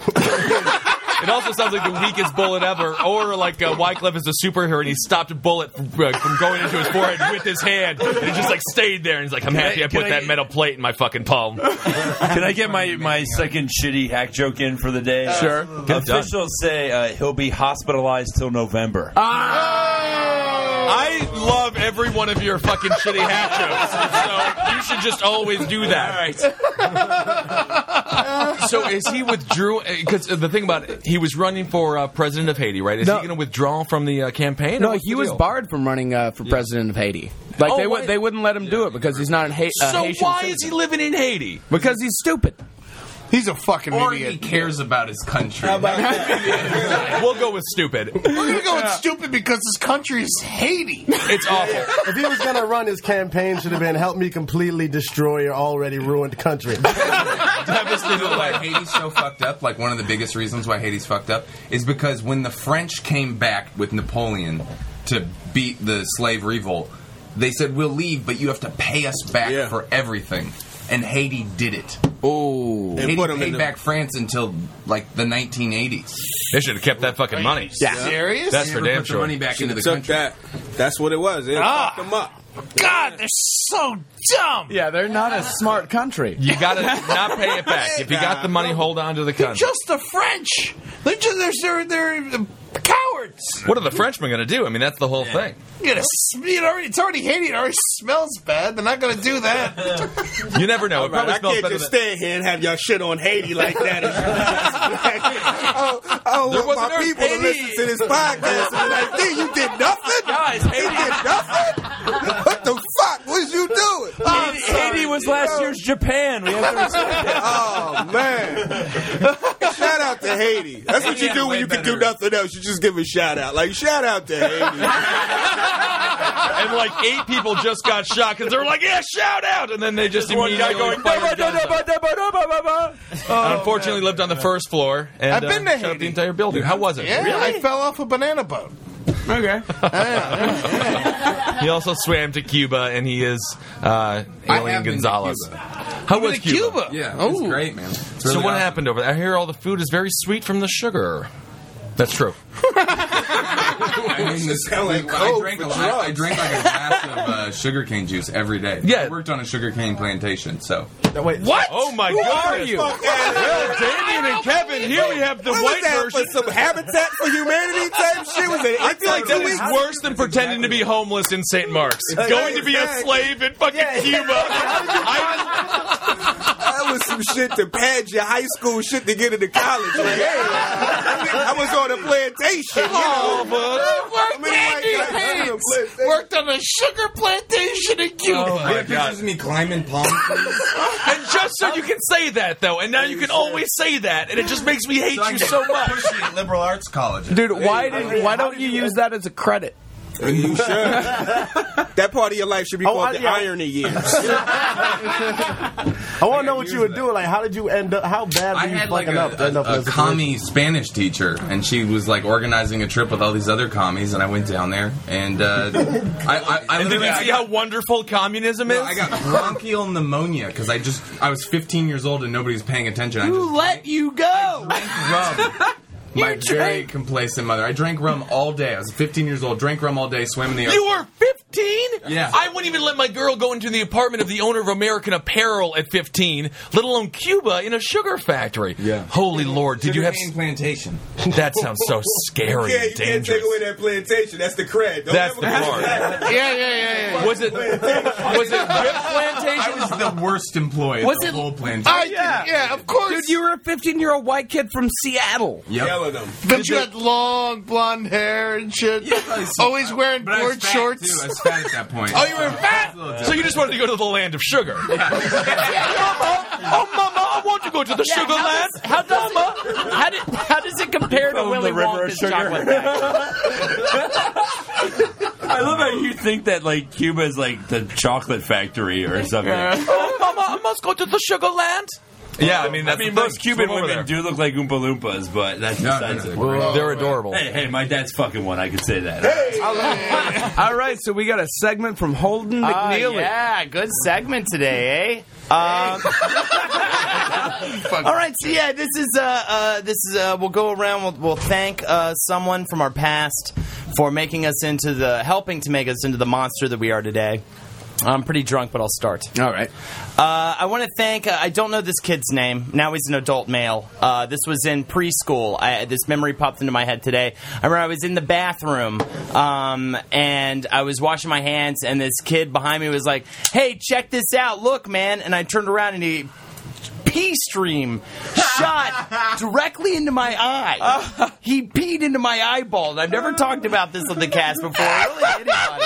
[SPEAKER 2] It also sounds like the weakest bullet ever, or like uh, Wyclef is a superhero and he stopped a bullet uh, from going into his forehead with his hand. And it just like stayed there and he's like, I'm happy I, put that metal plate in my fucking palm.
[SPEAKER 5] Can I get my, my second shitty hack joke in for the
[SPEAKER 2] Uh,
[SPEAKER 5] day? Sure. Officials say uh, he'll be hospitalized till November.
[SPEAKER 2] I love every one of your fucking shitty hat jokes, so you should just always do that. So is he withdrew? Because uh, the thing about it, he was running for uh, president of Haiti, right? Is
[SPEAKER 4] No.
[SPEAKER 2] he going to withdraw from the uh, campaign? or
[SPEAKER 4] No,
[SPEAKER 2] what's
[SPEAKER 4] he
[SPEAKER 2] the
[SPEAKER 4] was
[SPEAKER 2] deal?
[SPEAKER 4] barred from running uh, for president of Haiti. Like
[SPEAKER 2] Oh,
[SPEAKER 4] they
[SPEAKER 2] wait.
[SPEAKER 4] would, they wouldn't let him do it because he's not in Haiti.
[SPEAKER 2] So why is he living in Haiti?
[SPEAKER 4] Because he's stupid.
[SPEAKER 3] He's a fucking
[SPEAKER 7] Or he
[SPEAKER 3] idiot.
[SPEAKER 7] cares about his country. (laughs)
[SPEAKER 2] We'll go with stupid.
[SPEAKER 3] We're gonna go with stupid because his country is Haiti.
[SPEAKER 2] It's awful.
[SPEAKER 9] if he was gonna run his campaign, should have been help me completely destroy your already ruined country.
[SPEAKER 2] (laughs)
[SPEAKER 7] You know why Haiti's so fucked up? Like one of the biggest reasons why Haiti's fucked up is because when the French came back with Napoleon to beat the slave revolt, they said we'll leave, but you have to pay us back
[SPEAKER 6] Yeah.
[SPEAKER 7] for everything. And Haiti did it.
[SPEAKER 4] Oh,
[SPEAKER 7] Haiti
[SPEAKER 6] put 'em in
[SPEAKER 7] paid
[SPEAKER 6] the-
[SPEAKER 7] back France until like the 1980s.
[SPEAKER 2] They should have kept that fucking money.
[SPEAKER 3] Serious?
[SPEAKER 2] That's for
[SPEAKER 7] Never
[SPEAKER 2] damn
[SPEAKER 7] put
[SPEAKER 2] sure.
[SPEAKER 7] the money back into the
[SPEAKER 6] Took
[SPEAKER 7] country.
[SPEAKER 6] that. That's what it was. It
[SPEAKER 3] Ah.
[SPEAKER 6] fucked him up.
[SPEAKER 3] God, they're so dumb.
[SPEAKER 4] yeah, they're not a smart country.
[SPEAKER 2] You gotta not pay it back. If you got the (laughs) money, hold on to the country.
[SPEAKER 3] Just the French. They're just they're they're, they're cowards.
[SPEAKER 2] What are the Frenchmen gonna do? I mean, that's the whole thing.
[SPEAKER 3] You're gonna, sm- it already, it's already Haiti. It already smells bad. They're not gonna do that.
[SPEAKER 2] You never know. It
[SPEAKER 6] Right,
[SPEAKER 2] probably
[SPEAKER 6] I
[SPEAKER 2] smells
[SPEAKER 6] can't
[SPEAKER 2] better.
[SPEAKER 6] just
[SPEAKER 2] Than-
[SPEAKER 6] stand here and have y'all shit on Haiti like that. (laughs) oh, oh,
[SPEAKER 2] There
[SPEAKER 6] want
[SPEAKER 2] wasn't
[SPEAKER 6] my
[SPEAKER 2] ever
[SPEAKER 6] people to
[SPEAKER 2] Haiti.
[SPEAKER 6] listen to this (laughs) podcast and be like, "Dude, you did nothing?
[SPEAKER 5] Guys,
[SPEAKER 6] you did nothing? what the fuck was you doing? I'm sorry.
[SPEAKER 5] Haiti was last year's Japan. We have to respect that.
[SPEAKER 6] Oh man! shout out to Haiti. That's what you do when you can do nothing else. You just give a shout out. Like shout out to Haiti.
[SPEAKER 2] (laughs) and like eight people just got shot because they're like, "Yeah, shout out!" And then they just
[SPEAKER 5] One guy
[SPEAKER 2] immediately
[SPEAKER 5] going,
[SPEAKER 2] fired Oh.
[SPEAKER 5] "Da, da,
[SPEAKER 2] guns
[SPEAKER 5] da,
[SPEAKER 2] up.
[SPEAKER 5] Oh,
[SPEAKER 2] Unfortunately, lived on the first floor and
[SPEAKER 3] I've been
[SPEAKER 2] uh,
[SPEAKER 3] to
[SPEAKER 2] shut up the
[SPEAKER 3] Haiti.
[SPEAKER 2] entire building. How was it?
[SPEAKER 3] Yeah, I fell off a banana boat.
[SPEAKER 4] Okay.
[SPEAKER 2] He also swam to Cuba, and he is uh,
[SPEAKER 7] I
[SPEAKER 2] Alien
[SPEAKER 7] have been to
[SPEAKER 2] Gonzalez.
[SPEAKER 7] Cuba.
[SPEAKER 2] How was Cuba?
[SPEAKER 7] Yeah, it's
[SPEAKER 2] Oh,
[SPEAKER 7] great, man. It's
[SPEAKER 2] so
[SPEAKER 7] really
[SPEAKER 2] what
[SPEAKER 7] awesome.
[SPEAKER 2] happened over there? I hear all the food is very sweet from the sugar. That's true.
[SPEAKER 7] I mean, this,
[SPEAKER 6] Sound like
[SPEAKER 7] I
[SPEAKER 6] coke
[SPEAKER 7] drank
[SPEAKER 6] for
[SPEAKER 7] a lot. I
[SPEAKER 6] drugs.
[SPEAKER 7] drank like a glass of uh, sugarcane juice every day.
[SPEAKER 2] Yeah.
[SPEAKER 7] I worked on a sugarcane plantation, so
[SPEAKER 9] Wait,
[SPEAKER 2] What? (laughs) Oh my
[SPEAKER 6] Who
[SPEAKER 2] God!
[SPEAKER 6] the
[SPEAKER 2] Are you?
[SPEAKER 6] fuck had it?
[SPEAKER 2] Well, Damien and Kevin. Here we have the
[SPEAKER 6] What
[SPEAKER 2] white
[SPEAKER 6] was that
[SPEAKER 2] version.
[SPEAKER 6] for some Habitat for Humanity type shit? Was it?
[SPEAKER 2] I feel like that is worse than pretending to be homeless in St. Mark's. Going to be a
[SPEAKER 6] exactly.
[SPEAKER 2] slave in fucking Cuba. I,
[SPEAKER 6] That was some shit to pad your high school shit to get into college. Like, hey, I was on a plantation. You know, I mean, like, I was on a plantation.
[SPEAKER 3] Worked on a sugar plantation in Cuba.
[SPEAKER 2] oh
[SPEAKER 7] I
[SPEAKER 2] my
[SPEAKER 7] have pictures
[SPEAKER 2] God.
[SPEAKER 7] of me
[SPEAKER 2] (laughs)
[SPEAKER 7] climbing palm trees.
[SPEAKER 2] And just so you can say that, though, and now you can always say that, and it just makes me hate
[SPEAKER 7] I
[SPEAKER 2] you
[SPEAKER 7] get
[SPEAKER 2] so much.
[SPEAKER 7] (laughs) pushy at liberal arts colleges.
[SPEAKER 4] Dude, why did why don't you use that as a credit?
[SPEAKER 6] You should. that part of your life should be called
[SPEAKER 9] I-
[SPEAKER 6] the
[SPEAKER 9] yeah.
[SPEAKER 6] irony years.
[SPEAKER 9] I want to know what
[SPEAKER 7] use
[SPEAKER 9] you were
[SPEAKER 7] that.
[SPEAKER 9] doing. Like, how did you end up? How bad were
[SPEAKER 7] I
[SPEAKER 9] you
[SPEAKER 7] had like
[SPEAKER 9] fucking
[SPEAKER 7] a,
[SPEAKER 9] up?
[SPEAKER 7] a,
[SPEAKER 9] end up in
[SPEAKER 7] a
[SPEAKER 9] this situation?
[SPEAKER 7] commie Spanish teacher, and she was like organizing a trip with all these other commies, and I went down there, and uh, I, I, I
[SPEAKER 2] And did
[SPEAKER 7] literally-
[SPEAKER 2] you see how wonderful communism is?
[SPEAKER 7] I
[SPEAKER 2] (laughs)
[SPEAKER 7] got bronchial pneumonia because I just I was 15 years old and nobody's paying attention. I just
[SPEAKER 1] Let you go.
[SPEAKER 7] rum. My very complacent mother. I drank rum all day. I was 15 years old. Drank rum all day. Swam in the
[SPEAKER 2] You
[SPEAKER 7] ocean.
[SPEAKER 2] were 15?
[SPEAKER 7] Yeah.
[SPEAKER 2] I wouldn't even let my girl go into the apartment of the owner of American Apparel at 15, let alone Cuba in a sugar factory.
[SPEAKER 7] Yeah.
[SPEAKER 2] Holy Lord, did you have.
[SPEAKER 7] Sugarcane plantation?
[SPEAKER 2] That sounds
[SPEAKER 7] (laughs)
[SPEAKER 2] so scary
[SPEAKER 6] Yeah, you
[SPEAKER 2] and
[SPEAKER 6] can't take
[SPEAKER 2] dangerous.
[SPEAKER 6] away that plantation. That's the cred. Don't
[SPEAKER 2] That's
[SPEAKER 6] ever
[SPEAKER 2] the
[SPEAKER 6] go
[SPEAKER 2] part.
[SPEAKER 6] back.
[SPEAKER 3] Yeah, yeah, yeah, yeah.
[SPEAKER 2] Was it was it Rip
[SPEAKER 7] I
[SPEAKER 2] Plantation?
[SPEAKER 7] was the worst employee.
[SPEAKER 4] Was
[SPEAKER 7] Was the
[SPEAKER 4] it-
[SPEAKER 7] whole plantation?
[SPEAKER 3] I yeah. yeah, of course.
[SPEAKER 4] Dude, you were a 15 year old white kid from Seattle.
[SPEAKER 7] Yep.
[SPEAKER 6] Yelling them.
[SPEAKER 3] but you had long blonde hair and shit. Always wearing
[SPEAKER 7] But I was
[SPEAKER 3] board
[SPEAKER 7] fat too.
[SPEAKER 3] shorts.
[SPEAKER 7] I was fat at that point.
[SPEAKER 2] Oh, you were fat. So you just wanted to go to the land of sugar.
[SPEAKER 1] (laughs)
[SPEAKER 2] Yeah, mama. Oh, mama, I want to go to the sugar land.
[SPEAKER 1] How does, it, how, did, how does it compare to Willy Wonka's chocolate? factory?
[SPEAKER 2] (laughs)
[SPEAKER 5] I love how you think that like Cuba is like the chocolate factory or something.
[SPEAKER 1] (laughs)
[SPEAKER 2] Oh, mama, I must go to the sugar land. Yeah, I mean,
[SPEAKER 5] I
[SPEAKER 2] that's
[SPEAKER 5] mean,
[SPEAKER 2] the
[SPEAKER 5] most
[SPEAKER 2] thing.
[SPEAKER 5] Cuban
[SPEAKER 2] Over
[SPEAKER 5] women
[SPEAKER 2] there.
[SPEAKER 5] do look like Oompa Loompas, but that's
[SPEAKER 7] No,
[SPEAKER 5] besides
[SPEAKER 7] no,
[SPEAKER 5] it.
[SPEAKER 7] no.
[SPEAKER 2] They're adorable.
[SPEAKER 5] Hey, hey, my dad's fucking one. I could say that.
[SPEAKER 4] All right, so we got a segment from
[SPEAKER 8] (laughs)
[SPEAKER 4] Holden
[SPEAKER 8] Ah,
[SPEAKER 4] McNeely.
[SPEAKER 8] yeah, good segment today, eh? Um, all right, so yeah, this is uh, uh, this is uh, we'll go around. We'll, we'll thank uh, someone from our past for making us into the helping to make us into the monster that we are today. I'm pretty drunk, but I'll start.
[SPEAKER 4] All right.
[SPEAKER 8] Uh, I want to thank. Uh, I don't know this kid's name. Now he's an adult male. Uh, this was in preschool. I, this memory popped into my head today. I remember I was in the bathroom um, and I was washing my hands, and this kid behind me was like, "Hey, check this out! Look, man!" And I turned around and he. Pee stream shot directly into my eye. He peed into my eyeball. and I've never talked about this on the cast before. Really, anybody.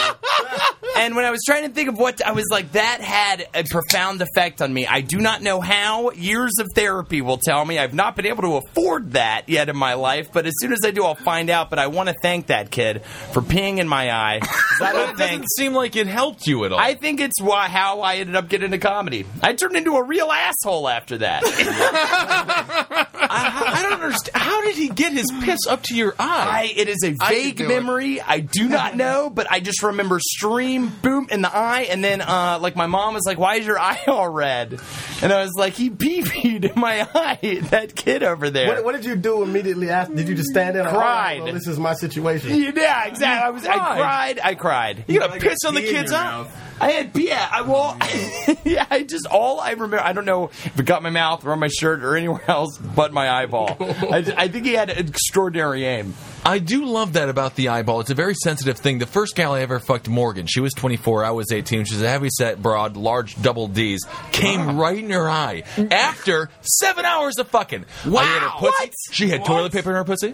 [SPEAKER 8] And when I was trying to think of what I was like, that had a profound effect on me. I do not know how. Years of therapy will tell me. I've not been able to afford that yet in my life, but as soon as I do, I'll find out. But I want to thank that kid for peeing in my
[SPEAKER 2] (laughs)
[SPEAKER 8] eye. 'Cause I
[SPEAKER 2] But
[SPEAKER 8] don't
[SPEAKER 2] it
[SPEAKER 8] think.
[SPEAKER 2] doesn't seem like it helped you at all.
[SPEAKER 8] I think it's why, how I ended up getting into comedy. I turned into a real asshole after that.
[SPEAKER 2] (laughs) I, I don't understand. How did he get his piss up to your eye?
[SPEAKER 8] I, it is a
[SPEAKER 3] could
[SPEAKER 8] vague
[SPEAKER 3] do it.
[SPEAKER 8] memory. I do (laughs) not know, but I just remember stream boom in the eye, and then uh, like my mom was like, "Why is your (laughs) eye all red?" And I was like, "He pee peed in my (laughs) eye." That kid over there.
[SPEAKER 9] What, what did you do immediately after? Did you just stand there? and,
[SPEAKER 8] Cried.
[SPEAKER 9] "Oh, well, this is my situation.
[SPEAKER 8] (laughs) (laughs) yeah, exactly. I was. I
[SPEAKER 2] cried.
[SPEAKER 8] cried. I cried.
[SPEAKER 2] you got to piss on the
[SPEAKER 7] pee in
[SPEAKER 2] kid's
[SPEAKER 7] your
[SPEAKER 2] eye.
[SPEAKER 7] mouth.
[SPEAKER 8] I had yeah. I well, (laughs) yeah. I just all I remember. I don't know if it got my mouth or on my shirt or anywhere else (laughs) but my
[SPEAKER 2] (laughs)
[SPEAKER 8] eyeball. I, I think he had extraordinary aim.
[SPEAKER 2] I do love that about the eyeball. It's a very sensitive thing. The first gal I ever fucked, Morgan, she was 24, I was 18. She's a heavyset broad, large double D's. Came right in her eye after seven hours of fucking. Wow. her pussy.
[SPEAKER 8] What?
[SPEAKER 2] She had toilet paper in her pussy.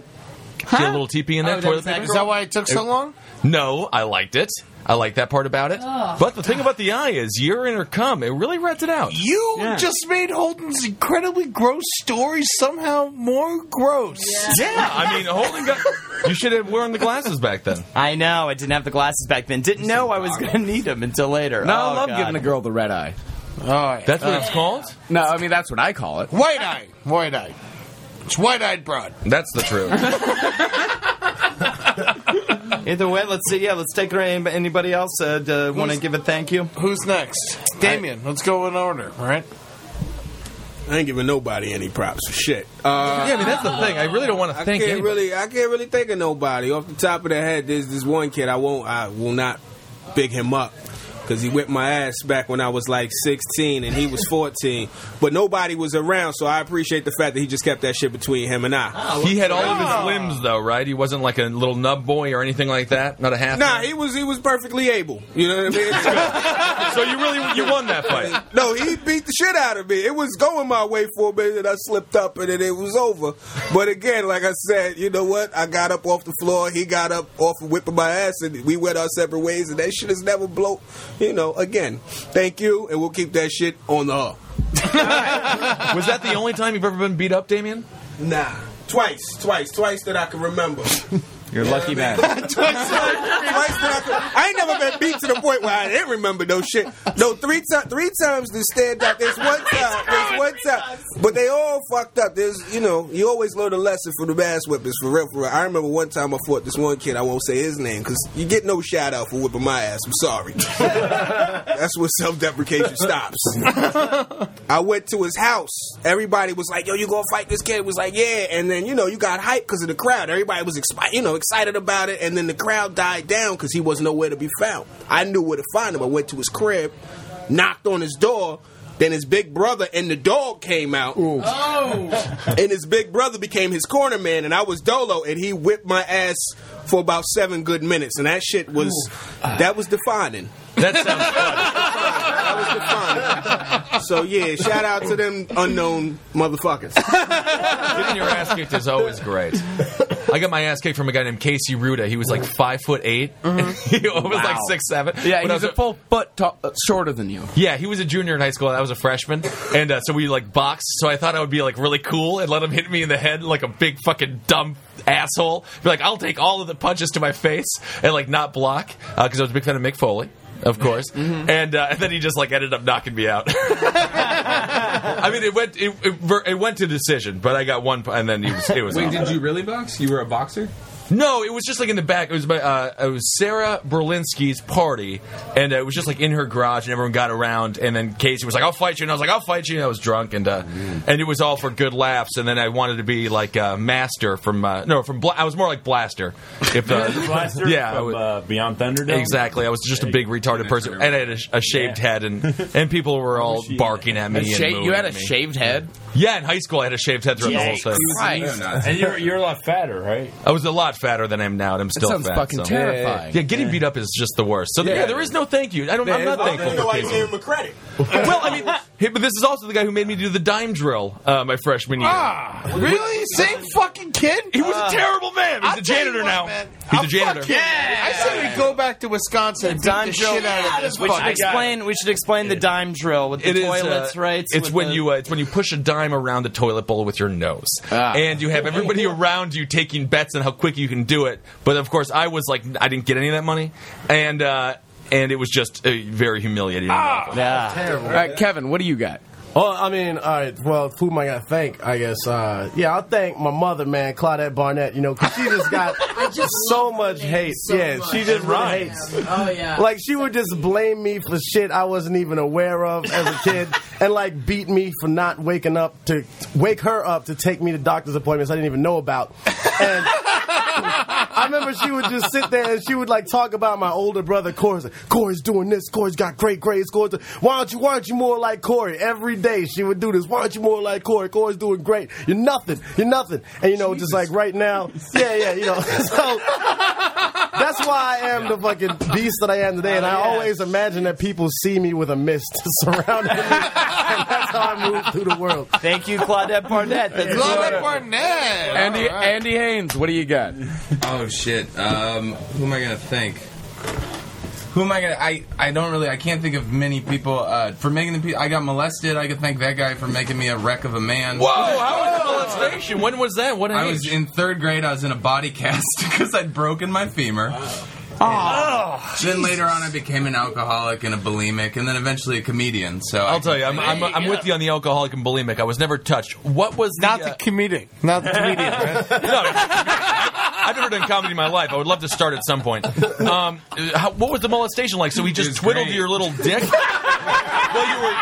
[SPEAKER 2] She had a little teepee in there,
[SPEAKER 1] that
[SPEAKER 2] toilet
[SPEAKER 1] was that
[SPEAKER 2] paper.
[SPEAKER 3] Is Oh, that why it took so long?
[SPEAKER 2] No, I liked it. I like that part about it. but the thing about the eye is urine or cum, it really rats it out.
[SPEAKER 3] You just made Holden's incredibly gross story somehow more gross.
[SPEAKER 2] Yeah, I mean, holding got. You should have worn the glasses back then.
[SPEAKER 8] I know. I didn't have the glasses back then. Didn't know I was going to need them until later.
[SPEAKER 4] (laughs) No,
[SPEAKER 8] Oh,
[SPEAKER 4] I love
[SPEAKER 8] God. Uh,
[SPEAKER 4] giving a girl the red eye.
[SPEAKER 2] That's what it's called.
[SPEAKER 4] No, I mean that's what I call it.
[SPEAKER 3] White eye. White eye. It's white eyed broad.
[SPEAKER 2] That's the truth.
[SPEAKER 8] (laughs) Either way, let's see. Yeah, let's take her. Any- Anybody else uh, want to
[SPEAKER 3] Who's-
[SPEAKER 8] give a thank you?
[SPEAKER 3] Who's next? Damien. Let's go in order, all right?
[SPEAKER 6] I ain't giving nobody any props for shit. Uh,
[SPEAKER 2] Yeah, I mean that's the thing. I really don't want to
[SPEAKER 6] I
[SPEAKER 2] thank
[SPEAKER 6] can't
[SPEAKER 2] anybody.
[SPEAKER 6] really, I can't really think of nobody off the top of the head. There's this one kid I won't, I will not big him up because he whipped my ass back when I was like 16 and he was 14. but nobody was around, so I appreciate the fact that he just kept that shit between him and I.
[SPEAKER 2] He had all of his limbs though, right? He wasn't like a little nub boy or anything like that. Not a half.
[SPEAKER 6] Nah, he was he was perfectly able. You know what I mean?
[SPEAKER 2] so you really you won that fight.
[SPEAKER 6] No, he beat the shit out of me. It was going my way for a minute, and I slipped up, and then it was over. But again, like I said, you know what? I got up off the floor. He got up off of whipping my ass, and we went our separate ways. And that shit is never blow. You know, again, thank you, and we'll keep that shit on the up.
[SPEAKER 2] Was that the only time you've ever been beat up, Damien?
[SPEAKER 6] Nah, twice, twice, twice that I can
[SPEAKER 2] (laughs)
[SPEAKER 6] remember.
[SPEAKER 8] You're lucky
[SPEAKER 6] (laughs)
[SPEAKER 8] man.
[SPEAKER 6] Twice that I, could, I ain't never been beat to the point where I didn't remember no shit. No, three times, three times to stand up. There's one time, there's one time, but they all fucked up. There's, you know, you always learn a lesson from the ass whippers for real. For real. I remember one time I fought this one kid. I won't say his name because you get no shout out for whipping my ass. I'm sorry. (laughs) That's where self deprecation stops. I went to his house. Everybody was like, "Yo, you gonna fight this kid?" It was like, "Yeah." And then you know, you got hype because of the crowd. Everybody was expi- you know excited about it, and then the crowd died down because he was nowhere to be found. I knew where to find him. I went to his crib, knocked on his door. Then his big brother and the dog came out. (laughs) And his big brother became his corner man, and I was Dolo, and he whipped my ass for about seven good minutes. And that shit was, that was defining.
[SPEAKER 2] That sounds fun.
[SPEAKER 6] That was defining. So yeah, shout out to them unknown motherfuckers.
[SPEAKER 2] Getting your ass kicked is
[SPEAKER 6] (laughs)
[SPEAKER 2] always great. I got my ass kicked from a guy named Casey Ruda. He was like five foot 8 (laughs)
[SPEAKER 6] Mm-hmm.
[SPEAKER 2] he was like six seven.
[SPEAKER 4] Yeah,
[SPEAKER 2] When I
[SPEAKER 4] he's
[SPEAKER 2] was
[SPEAKER 4] a full foot ta- uh, shorter than you.
[SPEAKER 2] Yeah, he was a junior in high school, and I was a freshman, and uh, so we like boxed. So I thought I would be like really cool and let him hit me in the head like a big fucking dumb asshole. Be like, I'll take all of the punches to my face and like not block because I was a big fan of Mick Foley. Of course, and, uh, and then he just like ended up knocking me out. (laughs) I mean, it went it, it, ver- it went to decision, but I got one, p- and then he was it was.
[SPEAKER 7] Wait,
[SPEAKER 2] over.
[SPEAKER 7] did you really box? You were a boxer?
[SPEAKER 2] No, it was just like in the back. It was my, uh, it was Sarah Berlinski's party, and uh, it was just like in her garage, and everyone got around. And then Casey was like, "I'll fight you," and I was like, "I'll fight you." And I was drunk, and uh,
[SPEAKER 10] Mm.
[SPEAKER 2] and it was all for good laughs. And then I wanted to be like uh, Master from uh, no from Bla- I was more like Blaster. If uh,
[SPEAKER 10] (laughs) Blaster
[SPEAKER 2] (laughs) yeah, I
[SPEAKER 10] from
[SPEAKER 2] was-
[SPEAKER 10] uh, Beyond Thunderdome.
[SPEAKER 2] exactly, I was just a big retarded person, and I had a, sh- a shaved head, and
[SPEAKER 10] (laughs)
[SPEAKER 2] and people were all barking at me. and
[SPEAKER 8] Sha-
[SPEAKER 2] mooing
[SPEAKER 8] you had a
[SPEAKER 2] at me.
[SPEAKER 8] shaved head.
[SPEAKER 2] Yeah, in high school, I had a shaved head throughout the whole thing.
[SPEAKER 8] Christ.
[SPEAKER 10] And you're, you're a lot fatter, right?
[SPEAKER 2] I was a lot fatter than I am now, and I'm
[SPEAKER 4] That
[SPEAKER 2] still
[SPEAKER 4] sounds
[SPEAKER 2] fat,
[SPEAKER 4] fucking
[SPEAKER 2] so-
[SPEAKER 4] terrifying.
[SPEAKER 2] Yeah, getting beat up is just the worst. So yeah, there is no thank you. I don't. I'm not thankful for people.
[SPEAKER 6] a credit.
[SPEAKER 2] well, I mean, hey, but this is also the guy who made me do the dime drill uh, my freshman year.
[SPEAKER 3] Ah, really? Same fucking kid? Ah.
[SPEAKER 2] he was a terrible man. He's
[SPEAKER 3] I'll
[SPEAKER 2] a
[SPEAKER 3] tell you
[SPEAKER 2] janitor
[SPEAKER 3] what,
[SPEAKER 2] now.
[SPEAKER 3] man.
[SPEAKER 2] He's
[SPEAKER 3] I'll
[SPEAKER 2] a janitor.
[SPEAKER 3] fucking- I say we go back to Wisconsin and beat the shit out of this
[SPEAKER 8] We should
[SPEAKER 3] fucking guy.
[SPEAKER 8] explain. We should explain the dime drill with the
[SPEAKER 2] It is, uh,
[SPEAKER 8] toilets, right?
[SPEAKER 2] It's
[SPEAKER 8] with (laughs)
[SPEAKER 2] when
[SPEAKER 8] the-
[SPEAKER 2] you uh, it's when you push a dime around the toilet bowl with your nose,
[SPEAKER 8] Ah.
[SPEAKER 2] and you have everybody around you taking bets on how quick you can do it. But of course, I was like, I didn't get any of that money, and uh, and it was just uh, very humiliating.
[SPEAKER 8] Yeah.
[SPEAKER 4] All right, Kevin, what do you got?
[SPEAKER 9] Well, Oh, I mean, all right. Well, who am I gonna thank? I guess. Uh, yeah, I'll thank my mother, man, Claudette Barnett. You know, 'cause she
[SPEAKER 4] (laughs)
[SPEAKER 9] just got so much hate. yeah, she just really hates.
[SPEAKER 1] Oh yeah.
[SPEAKER 9] Like she would just blame me for shit I wasn't even aware of as a kid, and like beat me for not waking up to wake her up to take me to doctor's appointments I didn't even know about. And I remember she would just sit there and she would like talk about my older brother Corey. Like, Corey's doing this. Corey's got great grades. Corey's why don't you why aren't you more like Corey? Every day she would do this. Why aren't you more like Corey? Corey's doing great. You're nothing. You're nothing. And you know, just like right now, yeah, yeah, you know. (laughs) So that's why I am the fucking beast that I am today, and I always imagine that people see me with a mist (laughs) surrounding me. and that's how I move through the world.
[SPEAKER 8] Thank you, Claudette Barnett. That's
[SPEAKER 3] Claudette Barnett.
[SPEAKER 4] Andy, Andy Haynes, what do you got?
[SPEAKER 7] Oh shit. Um, who am I gonna thank? Who am I gonna? I, I don't really. I can't think of many people uh, for making the. Pe- I got molested. I could thank that guy for making me a wreck of a man.
[SPEAKER 2] Whoa! Oh, How was the molestation? When was that? What age?
[SPEAKER 7] I was in third grade. I was in a body cast (laughs) because I'd broken my femur.
[SPEAKER 8] Ah.
[SPEAKER 7] Oh, then later on, I became an alcoholic and a bulimic, and then eventually a comedian. So
[SPEAKER 2] I'll tell you, I'm, I'm, I'm with you on the alcoholic and bulimic. I was never touched. What was
[SPEAKER 3] Not
[SPEAKER 2] the,
[SPEAKER 9] (laughs)
[SPEAKER 3] the comedian. Not the comedian.
[SPEAKER 2] uh, no, I've never done comedy in my life. I would love to start at some point. Um, uh, how, what was the molestation like? So he just
[SPEAKER 7] was
[SPEAKER 2] twiddled
[SPEAKER 7] great.
[SPEAKER 2] your little dick? well, you were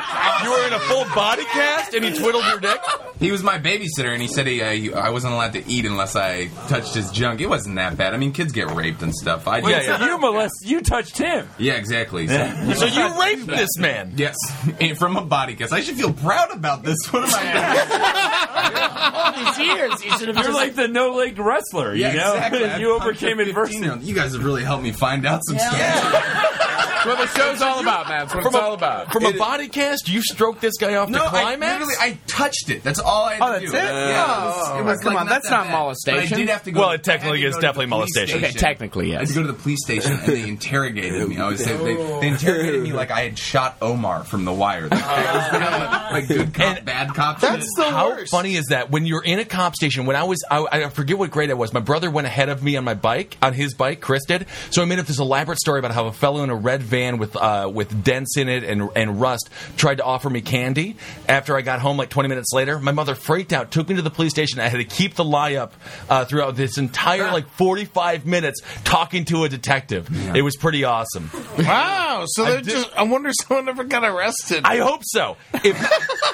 [SPEAKER 2] you were in a full body cast, and
[SPEAKER 5] (laughs)
[SPEAKER 2] he twiddled your dick.
[SPEAKER 7] He was my babysitter, and he said he, uh, he I wasn't allowed to eat unless I touched his junk. It wasn't that bad. I mean, kids get raped and stuff. I
[SPEAKER 2] Yeah,
[SPEAKER 7] yeah,
[SPEAKER 2] yeah.
[SPEAKER 5] You molest. You touched him.
[SPEAKER 7] yeah, exactly. So,
[SPEAKER 2] So
[SPEAKER 5] (laughs)
[SPEAKER 2] you raped this man.
[SPEAKER 7] yes, And from a body kiss. I should feel proud about this. What am I?
[SPEAKER 1] All these years, you should have
[SPEAKER 5] You're
[SPEAKER 1] just
[SPEAKER 9] (laughs)
[SPEAKER 5] like the no legged wrestler. You
[SPEAKER 7] yeah,
[SPEAKER 5] know,
[SPEAKER 7] exactly. I
[SPEAKER 5] (laughs) you
[SPEAKER 7] punched a
[SPEAKER 5] overcame
[SPEAKER 7] 15
[SPEAKER 5] adversity.
[SPEAKER 7] -year-old. You guys have really helped me find out some stuff.
[SPEAKER 4] That's what the show's all about, man. That's what it's all about.
[SPEAKER 2] From a body cast, you stroked this guy off
[SPEAKER 7] No,
[SPEAKER 2] the
[SPEAKER 7] I
[SPEAKER 2] climax.
[SPEAKER 7] literally I touched it. That's all I had
[SPEAKER 4] Oh,
[SPEAKER 7] to
[SPEAKER 4] that's
[SPEAKER 7] do.
[SPEAKER 4] it? Oh,
[SPEAKER 7] Yeah, it was, it was
[SPEAKER 4] come
[SPEAKER 7] Oh, like
[SPEAKER 4] on, that's
[SPEAKER 7] that
[SPEAKER 4] not
[SPEAKER 7] bad.
[SPEAKER 4] molestation.
[SPEAKER 7] But I did have to go.
[SPEAKER 2] Well,
[SPEAKER 7] to-
[SPEAKER 2] it technically
[SPEAKER 7] I had
[SPEAKER 2] is
[SPEAKER 7] to go to
[SPEAKER 2] definitely
[SPEAKER 7] the police
[SPEAKER 2] molestation.
[SPEAKER 4] Okay, technically,
[SPEAKER 7] I had to
[SPEAKER 4] yes.
[SPEAKER 7] go to the police station and they interrogated me. I was they, they, they interrogated me like I had shot Omar from The Wire. Like, that was kind of like, like good cop, bad cop.
[SPEAKER 3] That's the
[SPEAKER 2] How
[SPEAKER 3] worst.
[SPEAKER 2] funny is that? When you're in a cop station, when I was, I, I forget what grade I was. My brother went ahead of me on my bike, on his bike. Chris did. So I made up this elaborate story about how a fellow in a red van with uh, with dents in it and and rust tried to offer me candy. After I got home, like 20 minutes later, my mother freaked out, took me to the police station. I had to keep the lie up uh, throughout this entire like 45 minutes talking to a detective. It was pretty awesome.
[SPEAKER 3] Wow. So they're just. I wonder if someone ever got arrested.
[SPEAKER 2] I hope so. If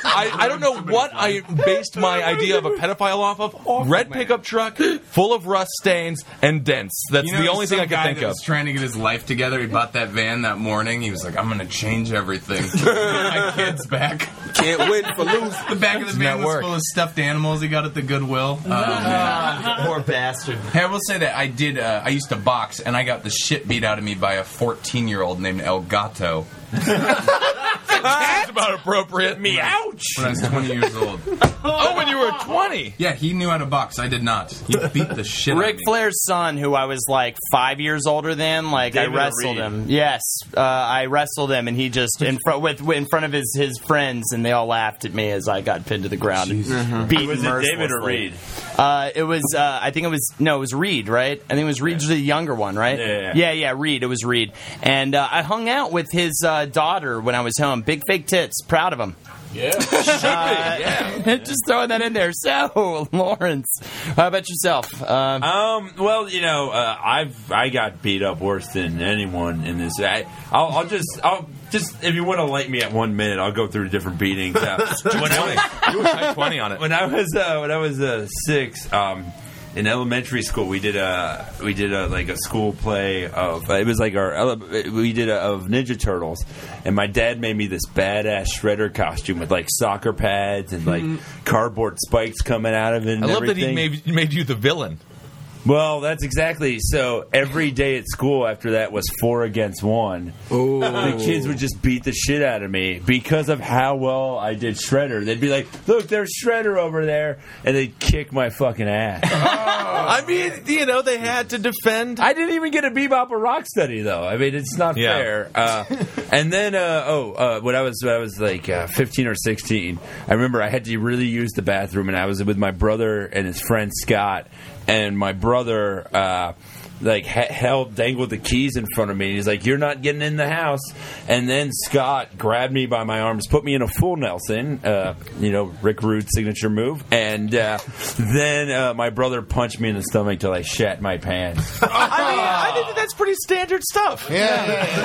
[SPEAKER 2] I, I don't know what I based my idea of a pedophile off of. Red pickup truck full of rust stains and dents. (laughs) That's
[SPEAKER 7] You know,
[SPEAKER 2] the only
[SPEAKER 7] some
[SPEAKER 2] thing I could
[SPEAKER 7] guy
[SPEAKER 2] think
[SPEAKER 7] that
[SPEAKER 2] of.
[SPEAKER 7] Was trying to get his life together. He bought that van that morning. He was like, "I'm going to change everything.
[SPEAKER 2] (laughs)
[SPEAKER 7] Get my kids back."
[SPEAKER 11] Can't win for lose.
[SPEAKER 7] The back of the van was
[SPEAKER 2] work.
[SPEAKER 7] full of
[SPEAKER 8] (laughs)
[SPEAKER 7] stuffed animals. He got at the Goodwill.
[SPEAKER 8] Uh,
[SPEAKER 7] Oh, man. (laughs)
[SPEAKER 8] Poor bastard.
[SPEAKER 7] Hey, I will say that I did. Uh, I used to box, and I got the shit beat out of me by a 14 year old named El Gato
[SPEAKER 2] That's about appropriate. Me ouch.
[SPEAKER 7] when I was 20 years old.
[SPEAKER 2] Oh, when you (laughs) were 20.
[SPEAKER 7] Yeah, he knew how to box. I did not. He beat the shit out
[SPEAKER 8] Ric
[SPEAKER 7] of me.
[SPEAKER 8] Flair's son, who I was like five years older than, like
[SPEAKER 5] David
[SPEAKER 8] I wrestled
[SPEAKER 5] Reed.
[SPEAKER 8] him. Yes, uh, I wrestled him, and he just in front with in front of his his friends, and they all laughed at me as I got pinned to the ground and beaten
[SPEAKER 5] Was it David or
[SPEAKER 8] mercilessly.
[SPEAKER 5] Reed?
[SPEAKER 8] Uh, it was uh, I think it was no, it was Reed, right? I think it was Reed's the younger one, right?
[SPEAKER 5] Yeah, yeah, yeah.
[SPEAKER 8] yeah, Reed. It was Reed, and uh, I hung out with his uh, daughter when I was home. Big fake tits, proud of him. Yeah, (laughs) just throwing that in there. So, (laughs) Lawrence, how about yourself? Uh,
[SPEAKER 5] Um. Well, you know, uh, I've I got beat up worse than anyone in this. I, I'll, I'll just I'll just if you want to light me at one minute, I'll go through different
[SPEAKER 2] (laughs)
[SPEAKER 5] beatings. Uh, when I was-
[SPEAKER 2] You were type 20 on it.
[SPEAKER 5] when I was uh, when I was uh, six, um, in elementary school, we did a we did a like a school play of it was like our ele- we did a, of Ninja Turtles, and my dad made me this badass shredder costume with like soccer pads and like cardboard spikes coming out of it. And
[SPEAKER 2] Mm-hmm. I love that
[SPEAKER 5] everything.
[SPEAKER 2] he made, made you the villain.
[SPEAKER 5] Well, that's exactly. So every day at school after that was four against one. The kids would just beat the shit out of me because of how well I did Shredder. They'd be like, "Look, there's Shredder over there," and they'd kick my fucking ass.
[SPEAKER 2] (laughs) I mean, you know, they had to defend.
[SPEAKER 5] I didn't even get a bebop or rock study though. I mean, it's not
[SPEAKER 2] Yeah.
[SPEAKER 5] fair. Uh, and then, uh, oh, uh, when I was when I was like uh, 15 or 16, I remember I had to really use the bathroom, and I was with my brother and his friend Scott, and my brother. Uh, like he- held dangled the keys in front of me. He's like, "You're not getting in the house." And then Scott grabbed me by my arms, put me in a full Nelson, uh, you know, Rick Rude's signature move. And uh, then uh, my brother punched me in the stomach till I shat my pants.
[SPEAKER 2] I mean, I think that that's pretty standard stuff.
[SPEAKER 3] Yeah, yeah,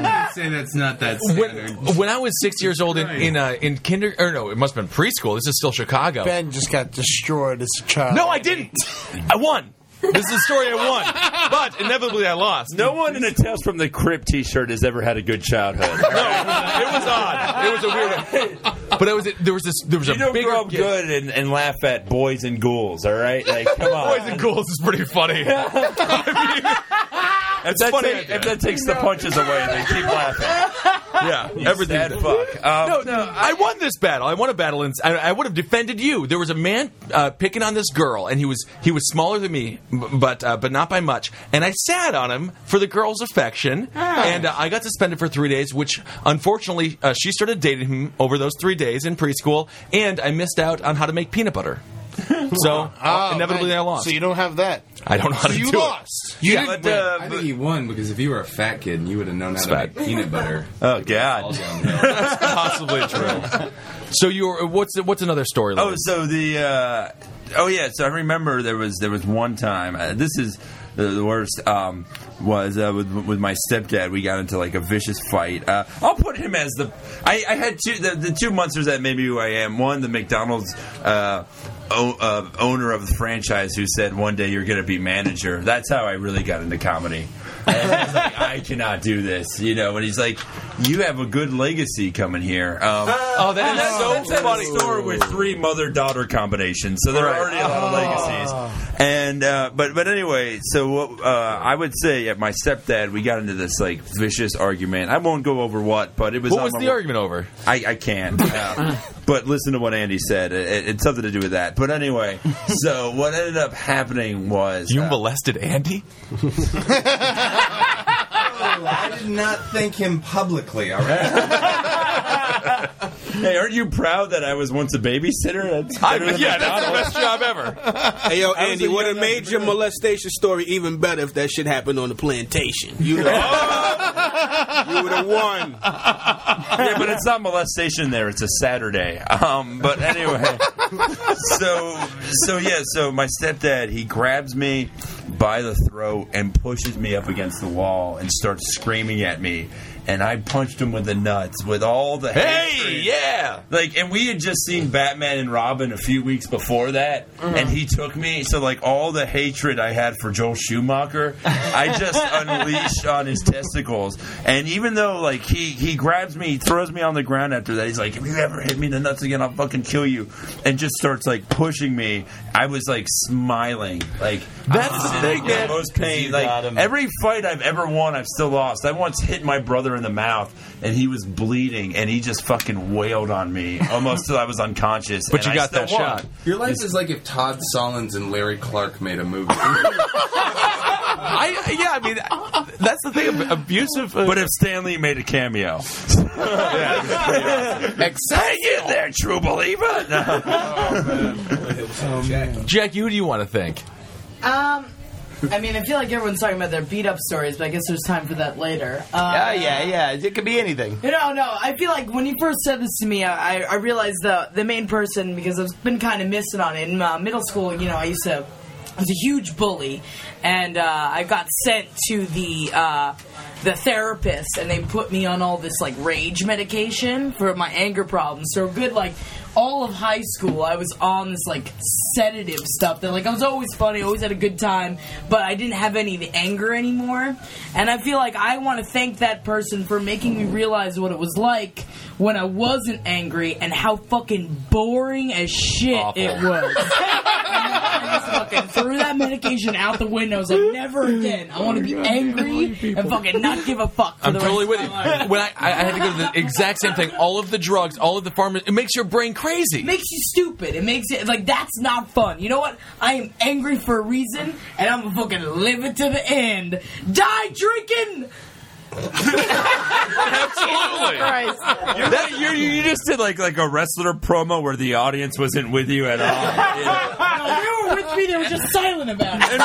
[SPEAKER 3] yeah.
[SPEAKER 7] I'd say that's not that
[SPEAKER 2] When,
[SPEAKER 7] standard.
[SPEAKER 2] when I was six years old in in, uh, in kinder, or no, it must have been preschool. This is still Chicago.
[SPEAKER 12] Ben just got destroyed as a
[SPEAKER 3] (laughs)
[SPEAKER 12] child.
[SPEAKER 2] No, I didn't. I won. This is a story I won, but inevitably I lost.
[SPEAKER 5] No one in a Tales from the Crypt T-shirt has ever had a good childhood.
[SPEAKER 2] No, it was odd. It was a (laughs) weird. But I was there was this there was
[SPEAKER 5] You
[SPEAKER 2] a
[SPEAKER 5] don't
[SPEAKER 2] bigger
[SPEAKER 5] grow up
[SPEAKER 2] gap.
[SPEAKER 5] good and, and laugh at boys and ghouls, all right? Like, come on.
[SPEAKER 2] (laughs) Boys and Ghouls is pretty
[SPEAKER 5] (laughs)
[SPEAKER 2] funny.
[SPEAKER 7] (laughs)
[SPEAKER 5] if, that
[SPEAKER 2] funny.
[SPEAKER 5] take- if that takes the punches away, then keep laughing.
[SPEAKER 2] (laughs) yeah, everything.
[SPEAKER 5] Sad fuck. Um,
[SPEAKER 2] No, no, I won this battle. I won a battle, and I, I would have defended you. There was a man uh, picking on this girl, and he was he was smaller than me, b- but uh, but not by much. And I sat on him for the girl's affection, and uh, I got suspended for three days. Which unfortunately, uh, she started dating him over those three days in preschool, and I missed out on how to make peanut (laughs) butter. So (laughs)
[SPEAKER 3] Oh,
[SPEAKER 2] inevitably,
[SPEAKER 3] nice.
[SPEAKER 2] I lost.
[SPEAKER 3] So you don't have
[SPEAKER 9] (laughs)
[SPEAKER 3] that.
[SPEAKER 2] I don't know how
[SPEAKER 3] So
[SPEAKER 2] to
[SPEAKER 3] you
[SPEAKER 2] do
[SPEAKER 3] lost.
[SPEAKER 2] it. You
[SPEAKER 7] But, uh, I think he won because if you were a fat kid and you would have known how to
[SPEAKER 2] Spat.
[SPEAKER 7] make peanut butter,
[SPEAKER 5] oh, God.
[SPEAKER 2] possibly true. So you're what's what's another story?
[SPEAKER 5] Oh,
[SPEAKER 2] Lawrence?
[SPEAKER 5] so the uh, oh yeah, so I remember there was there was one time. Uh, this is the, the worst. Um, was uh, with with my stepdad. We got into like a vicious fight. Uh, I'll put him as the. I, I had two the, the two monsters that made me who I am. One, the McDonald's. Uh, O, uh, owner of the franchise who said one day you're going to be manager. That's how I really got into comedy. And I was like, I cannot do this, you know. And he's like, "You have a good legacy coming here." Um,
[SPEAKER 2] Oh, that
[SPEAKER 5] and
[SPEAKER 2] is
[SPEAKER 5] that's,
[SPEAKER 2] so
[SPEAKER 5] that's at a
[SPEAKER 2] funny.
[SPEAKER 5] store with three mother-daughter combinations, so there are already a lot of legacies. And uh, but but anyway, so what, uh, I would say at my stepdad, we got into this like vicious argument. I won't go over what, but it was.
[SPEAKER 2] What
[SPEAKER 5] on
[SPEAKER 2] was
[SPEAKER 5] my-
[SPEAKER 2] the argument over?
[SPEAKER 5] I, I can't.
[SPEAKER 2] (laughs)
[SPEAKER 5] Uh, but listen to what Andy said. It, it- it's something to do with that. But anyway, so what ended up happening was
[SPEAKER 2] You
[SPEAKER 5] uh,
[SPEAKER 2] molested Andy?
[SPEAKER 7] I did not thank him publicly. All right,
[SPEAKER 5] Hey, aren't you proud that I was once a babysitter? That's
[SPEAKER 2] I,
[SPEAKER 5] better than
[SPEAKER 2] yeah,
[SPEAKER 5] McDonald's.
[SPEAKER 2] that's the best job ever.
[SPEAKER 6] Hey, yo,
[SPEAKER 5] was
[SPEAKER 6] Andy,
[SPEAKER 5] a
[SPEAKER 6] would have
[SPEAKER 5] young
[SPEAKER 6] made your molestation story even better if that shit happened on the plantation. You
[SPEAKER 7] (laughs)
[SPEAKER 6] know,
[SPEAKER 7] Oh,
[SPEAKER 6] you would have
[SPEAKER 3] (laughs)
[SPEAKER 6] won.
[SPEAKER 5] (laughs) yeah, but it's not molestation there. It's a Saturday. Um, but anyway, so so yeah, so my stepdad he grabs me by the throat and pushes me up against the wall and starts screaming at me. And I punched him with the nuts with all the
[SPEAKER 2] Hey,
[SPEAKER 5] hatred.
[SPEAKER 2] yeah.
[SPEAKER 5] Like, and we had just seen Batman and Robin a few weeks before that,
[SPEAKER 2] Mm-hmm.
[SPEAKER 5] and he took me. So, like, all the hatred I had for Joel
[SPEAKER 2] (laughs)
[SPEAKER 5] Schumacher, I just unleashed on his testicles. And even though, like, he, he grabs me, he throws me on the ground after that. He's like, if you ever hit me in the nuts again, I'll fucking kill you. And just starts, like, pushing me. I was, like, smiling. Like,
[SPEAKER 2] That's the
[SPEAKER 5] I'm
[SPEAKER 2] thing,
[SPEAKER 5] in the
[SPEAKER 2] man.
[SPEAKER 5] Most pain. Like,
[SPEAKER 8] got him.
[SPEAKER 5] Every fight I've ever won, I've still lost. I once hit my brother in the mouth, and he was bleeding, and he just fucking wailed on me almost till I was unconscious.
[SPEAKER 2] But
[SPEAKER 5] and
[SPEAKER 2] you
[SPEAKER 5] I
[SPEAKER 2] got that
[SPEAKER 5] still won.
[SPEAKER 2] shot.
[SPEAKER 7] your life is like if Todd Solondz and Larry Clark made a movie.
[SPEAKER 2] I, yeah, I mean, that's the thing. ab- Abusive. Uh,
[SPEAKER 5] But if Stanley made a cameo, hang in there, true believer. No.
[SPEAKER 9] (laughs)
[SPEAKER 5] Oh,
[SPEAKER 2] Jack, who do you want to thank?
[SPEAKER 1] Um, I mean, I feel like everyone's talking about their beat up stories, but I guess there's time for that later. Uh,
[SPEAKER 8] Yeah, yeah, yeah. It could be anything.
[SPEAKER 1] No, no. I feel like when you first said this to me, I, I I realized the the main person because I've been kind of missing on it. In uh, middle school, you know, I used to I was a huge bully, and uh, I got sent to the uh, the therapist, and they put me on all this like rage medication for my anger problems. So a good like all of high school, I was on this like sedative stuff that like I was always funny, always had a good time, but I didn't have any of the anger anymore. And I feel like I want to thank that person for making me realize what it was like when I wasn't angry and how fucking boring as shit it was. I just fucking threw that medication out the window. I was like, never again. I want to be angry and fucking not give a fuck. For
[SPEAKER 2] I'm
[SPEAKER 1] the
[SPEAKER 2] totally
[SPEAKER 1] rest
[SPEAKER 2] with you.
[SPEAKER 1] of my life.
[SPEAKER 2] When I, I I had to go to the exact same thing, all of the drugs, all of the pharma, it makes your brain crazy.
[SPEAKER 1] It makes you stupid. It makes it like that's not fun. You know what? I am angry for a reason, and I'm gonna fucking live it to the end. Die drinking. (laughs)
[SPEAKER 2] Absolutely.
[SPEAKER 5] That- you, you just did like like a wrestler promo where the audience wasn't with you at
[SPEAKER 2] (laughs)
[SPEAKER 5] all.
[SPEAKER 1] No, they were with me. They were just silent about it.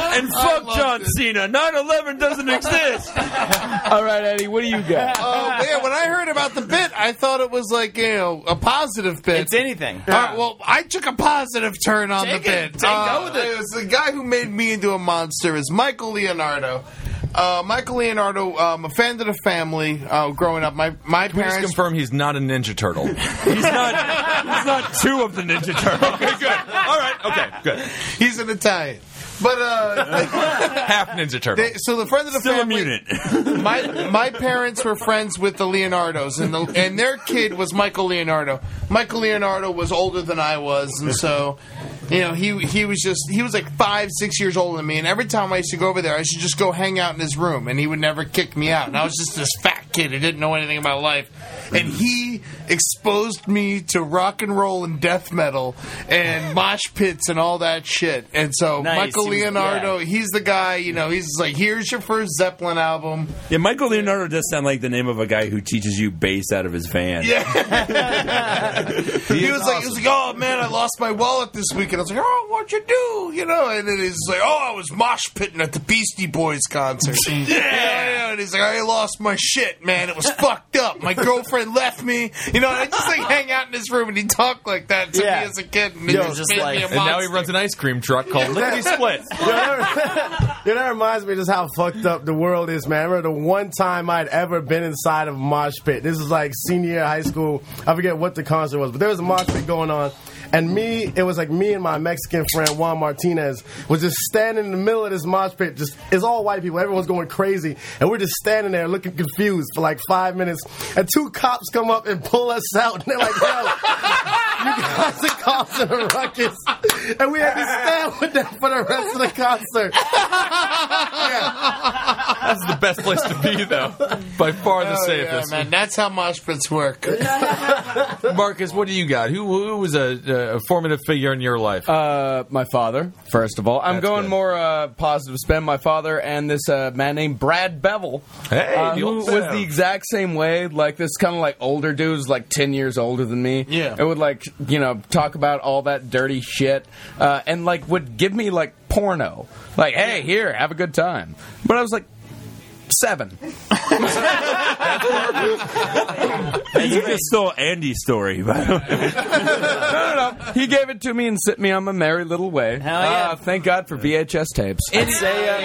[SPEAKER 5] And fuck John Cena, 9/11
[SPEAKER 2] (laughs)
[SPEAKER 5] doesn't exist.
[SPEAKER 4] All right, Eddie, what do you got?
[SPEAKER 3] Oh man, when I heard about the bit, I thought it was like you know a positive bit.
[SPEAKER 8] It's anything.
[SPEAKER 3] All right, well, I took a positive turn on
[SPEAKER 8] Take
[SPEAKER 3] the
[SPEAKER 8] it.
[SPEAKER 3] bit.
[SPEAKER 8] Take- go
[SPEAKER 3] with it. was the guy who made me into a monster is Michael Leonardo. Uh, Michael Leonardo, um, a fan of the family uh, growing up. My my
[SPEAKER 2] We just
[SPEAKER 3] parents
[SPEAKER 2] confirm he's not a Ninja
[SPEAKER 3] (laughs)
[SPEAKER 2] Turtle.
[SPEAKER 5] He's not. He's not two of the Ninja
[SPEAKER 3] (laughs)
[SPEAKER 5] Turtles. Okay, good. All right. Okay, good.
[SPEAKER 3] He's an Italian. But uh,
[SPEAKER 2] Half Ninja Turtle.
[SPEAKER 3] they, so the friend of the
[SPEAKER 5] Still a
[SPEAKER 3] family,
[SPEAKER 5] mutant.
[SPEAKER 3] my my parents were friends with the Leonardos, and the, and their kid was Michael Leonardo. Michael Leonardo was older than I was, and so you know he he was just he was like five six years older than me. And every time I used to go over there, I should just go hang out in his room, and he would never kick me out. And I was just this fat kid who didn't know anything about life, and he exposed me to rock and roll and death metal and mosh pits and all that shit. And so
[SPEAKER 8] Nice.
[SPEAKER 3] Michael
[SPEAKER 8] He was-
[SPEAKER 3] Leonardo, he's the guy. You know, he's like, here's your first Zeppelin album.
[SPEAKER 5] Yeah, Michael Leonardo does sound like the name of a guy who teaches you bass out of his van. Yeah.
[SPEAKER 3] he, was like, he was like, oh man, I lost my wallet this week, and I was like, oh, what'd you do? You know, and then he's like,
[SPEAKER 8] (laughs)
[SPEAKER 3] oh, I was mosh pitting at the Beastie Boys concert. yeah, yeah, and he's like, I lost my shit. shit, man. It was fucked up. My girlfriend left me. You know, and I just like hang out in his room and he talked like that to
[SPEAKER 9] Yeah.
[SPEAKER 3] me as a kid. And it
[SPEAKER 9] Yo,
[SPEAKER 3] just
[SPEAKER 8] just
[SPEAKER 3] made
[SPEAKER 8] like-
[SPEAKER 3] me a
[SPEAKER 8] and
[SPEAKER 2] And
[SPEAKER 3] monster.
[SPEAKER 2] now he runs an ice cream truck called Lickety
[SPEAKER 3] (laughs)
[SPEAKER 2] Split.
[SPEAKER 9] Yo, that, yo, that reminds me just how fucked up the world is, man. I remember the one time I'd ever been inside of a mosh pit. This is like senior year of high school. I forget what the concert was, but there was a mosh pit going on. And me, it was like me and my Mexican friend Juan Martinez was just standing in the middle of this mosh pit. Just it's all white people. Everyone's going crazy, and we're just standing there looking confused for like five minutes. And two cops come up and pull us out, (laughs) and they're like, "Yo, you guys are causing a ruckus. And we had to stand with them for the rest of the (laughs) concert.
[SPEAKER 2] That's the best place to be, though. By far the
[SPEAKER 3] Oh, yeah,
[SPEAKER 2] safest.
[SPEAKER 3] man. That's how mosh pits work.
[SPEAKER 2] Marcus, what do you got? Who, who was a, a formative figure in your life?
[SPEAKER 4] Uh, my father, first of all. I'm
[SPEAKER 2] That's
[SPEAKER 4] going
[SPEAKER 2] good.
[SPEAKER 4] more uh, positive spin. My father and this uh, man named Brad Bevel,
[SPEAKER 2] Hey,
[SPEAKER 4] uh,
[SPEAKER 2] the
[SPEAKER 4] who
[SPEAKER 2] old
[SPEAKER 4] was
[SPEAKER 2] Bev.
[SPEAKER 4] the exact same way. Like this kind of like older dude was like ten years older than me.
[SPEAKER 3] Yeah.
[SPEAKER 4] and would like you know talk about all that dirty shit, uh, and like would give me like porno. Like, hey, here, have a good time. But I was like
[SPEAKER 2] (laughs)
[SPEAKER 4] seven.
[SPEAKER 10] You just stole Andy's story, by the way.
[SPEAKER 4] no, no, no. He gave it to me and sent me on my merry little way.
[SPEAKER 8] Hell yeah.
[SPEAKER 4] Uh, thank God for VHS tapes.
[SPEAKER 8] It's a. Uh,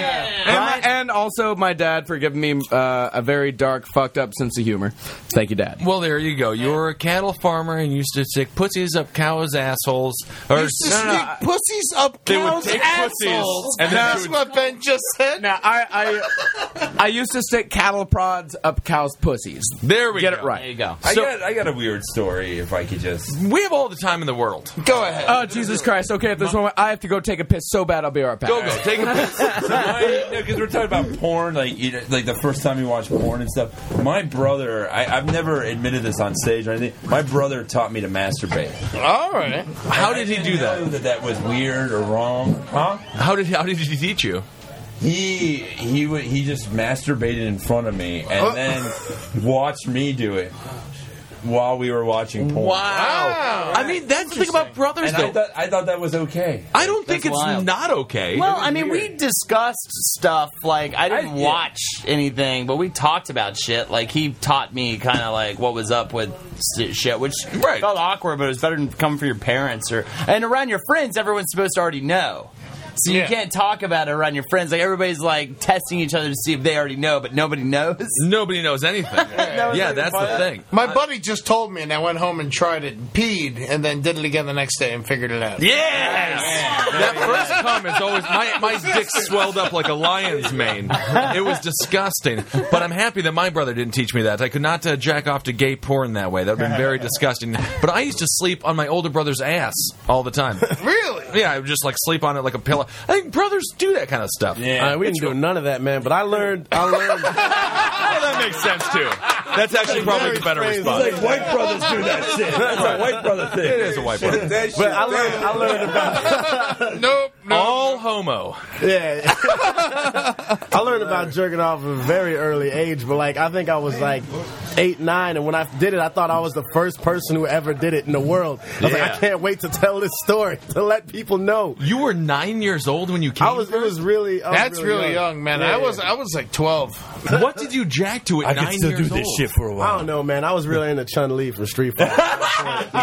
[SPEAKER 4] And, my, and also my dad for giving me uh, a very dark, fucked up sense of humor. Thank you, Dad.
[SPEAKER 2] well, there you go. You were a cattle farmer and used to stick pussies up cows' assholes. Or,
[SPEAKER 3] Used to stick pussies up
[SPEAKER 2] They would
[SPEAKER 3] cows'
[SPEAKER 2] take pussies
[SPEAKER 3] assholes.
[SPEAKER 2] and then
[SPEAKER 3] that's
[SPEAKER 2] they would-
[SPEAKER 3] what Ben just said.
[SPEAKER 4] Now
[SPEAKER 6] (laughs)
[SPEAKER 4] I I, I used to stick cattle prods up cows' pussies.
[SPEAKER 2] there we
[SPEAKER 4] Get
[SPEAKER 2] go.
[SPEAKER 4] it right.
[SPEAKER 8] there you go.
[SPEAKER 5] I got I got a weird story. If I could just
[SPEAKER 2] We have all the time in the world. Uh,
[SPEAKER 3] Go ahead.
[SPEAKER 4] Oh Jesus Christ! Okay, if there's one, I have to go take a piss so bad. I'll be right back.
[SPEAKER 2] Go go. Take a
[SPEAKER 5] (laughs)
[SPEAKER 2] piss.
[SPEAKER 5] because we're talking about porn, like you know, like the first time you watch porn and stuff. My brother, I, I've never admitted this on stage or anything. My brother taught me to masturbate.
[SPEAKER 3] All right.
[SPEAKER 2] How did he
[SPEAKER 5] I
[SPEAKER 2] do
[SPEAKER 5] didn't know
[SPEAKER 2] that?
[SPEAKER 5] That that was weird or wrong, huh?
[SPEAKER 2] How did how did he teach you?
[SPEAKER 5] He he would he just masturbated in front of me
[SPEAKER 2] Oh.
[SPEAKER 5] and then watched me do it while we were watching porn.
[SPEAKER 2] Wow. I mean, that's the thing about brothers,
[SPEAKER 5] And I
[SPEAKER 2] though.
[SPEAKER 5] thought I thought that was okay.
[SPEAKER 2] I don't think
[SPEAKER 8] That's
[SPEAKER 2] it's
[SPEAKER 8] wild.
[SPEAKER 2] not okay.
[SPEAKER 8] Well, I mean, we discussed stuff. Like, I didn't
[SPEAKER 5] I- yeah.
[SPEAKER 8] watch anything, but we talked about shit. Like, he taught me kind of like what was up with s- shit, which
[SPEAKER 2] Right.
[SPEAKER 8] felt awkward, but it was better than coming for your parents or and around your friends. Everyone's supposed to already know. So you
[SPEAKER 3] Yeah.
[SPEAKER 8] can't talk about it around your friends. Like everybody's like testing each other to see if they already know, but nobody knows.
[SPEAKER 2] Nobody knows anything.
[SPEAKER 8] (laughs)
[SPEAKER 2] yeah, that's the thing.
[SPEAKER 3] My buddy just told me, and I went home and tried it, and peed, and then did it again the next day and figured it out.
[SPEAKER 2] Yes! That first comment's always my my dick swelled up like a lion's mane. It was disgusting. But I'm happy that my brother didn't teach me that. I could not uh, jack off to gay porn that way. That would have
[SPEAKER 5] (laughs)
[SPEAKER 2] been very disgusting. But I used to sleep on my older brother's ass all the time.
[SPEAKER 3] Really?
[SPEAKER 2] Yeah, I would just like sleep on it like a pillow. I think brothers do that kind of stuff.
[SPEAKER 5] Yeah.
[SPEAKER 9] Uh, we didn't do none of that, man. But I learned. I
[SPEAKER 2] Well,
[SPEAKER 9] learned.
[SPEAKER 2] that makes sense too. That's actually probably the better
[SPEAKER 9] Very
[SPEAKER 2] response.
[SPEAKER 9] crazy.
[SPEAKER 10] White brothers do
[SPEAKER 2] (laughs)
[SPEAKER 10] that shit. That's a white brother thing.
[SPEAKER 2] It is a white brother.
[SPEAKER 6] That shit.
[SPEAKER 9] But I learned. I learned about.
[SPEAKER 3] Nope. No.
[SPEAKER 2] All homo.
[SPEAKER 9] Yeah. I learned about jerking off at a very early age, but like I think I was like eight, nine, and when I did it, I thought I was the first person who ever did it in the world. I was like,
[SPEAKER 2] Yeah.
[SPEAKER 9] I can't wait to tell this story (laughs) to let people know.
[SPEAKER 2] (laughs) You were nine years old when you came.
[SPEAKER 9] I was. It was really. I was
[SPEAKER 3] That's really young, man.
[SPEAKER 9] Yeah,
[SPEAKER 3] I was
[SPEAKER 9] yeah.
[SPEAKER 3] I was like twelve.
[SPEAKER 2] What did you jack to at
[SPEAKER 10] I
[SPEAKER 2] nine
[SPEAKER 10] could still do
[SPEAKER 2] years
[SPEAKER 10] this
[SPEAKER 2] old?
[SPEAKER 10] shit for a
[SPEAKER 9] I
[SPEAKER 10] while.
[SPEAKER 9] don't know, man. I was really into Chun Li from Street Fighter.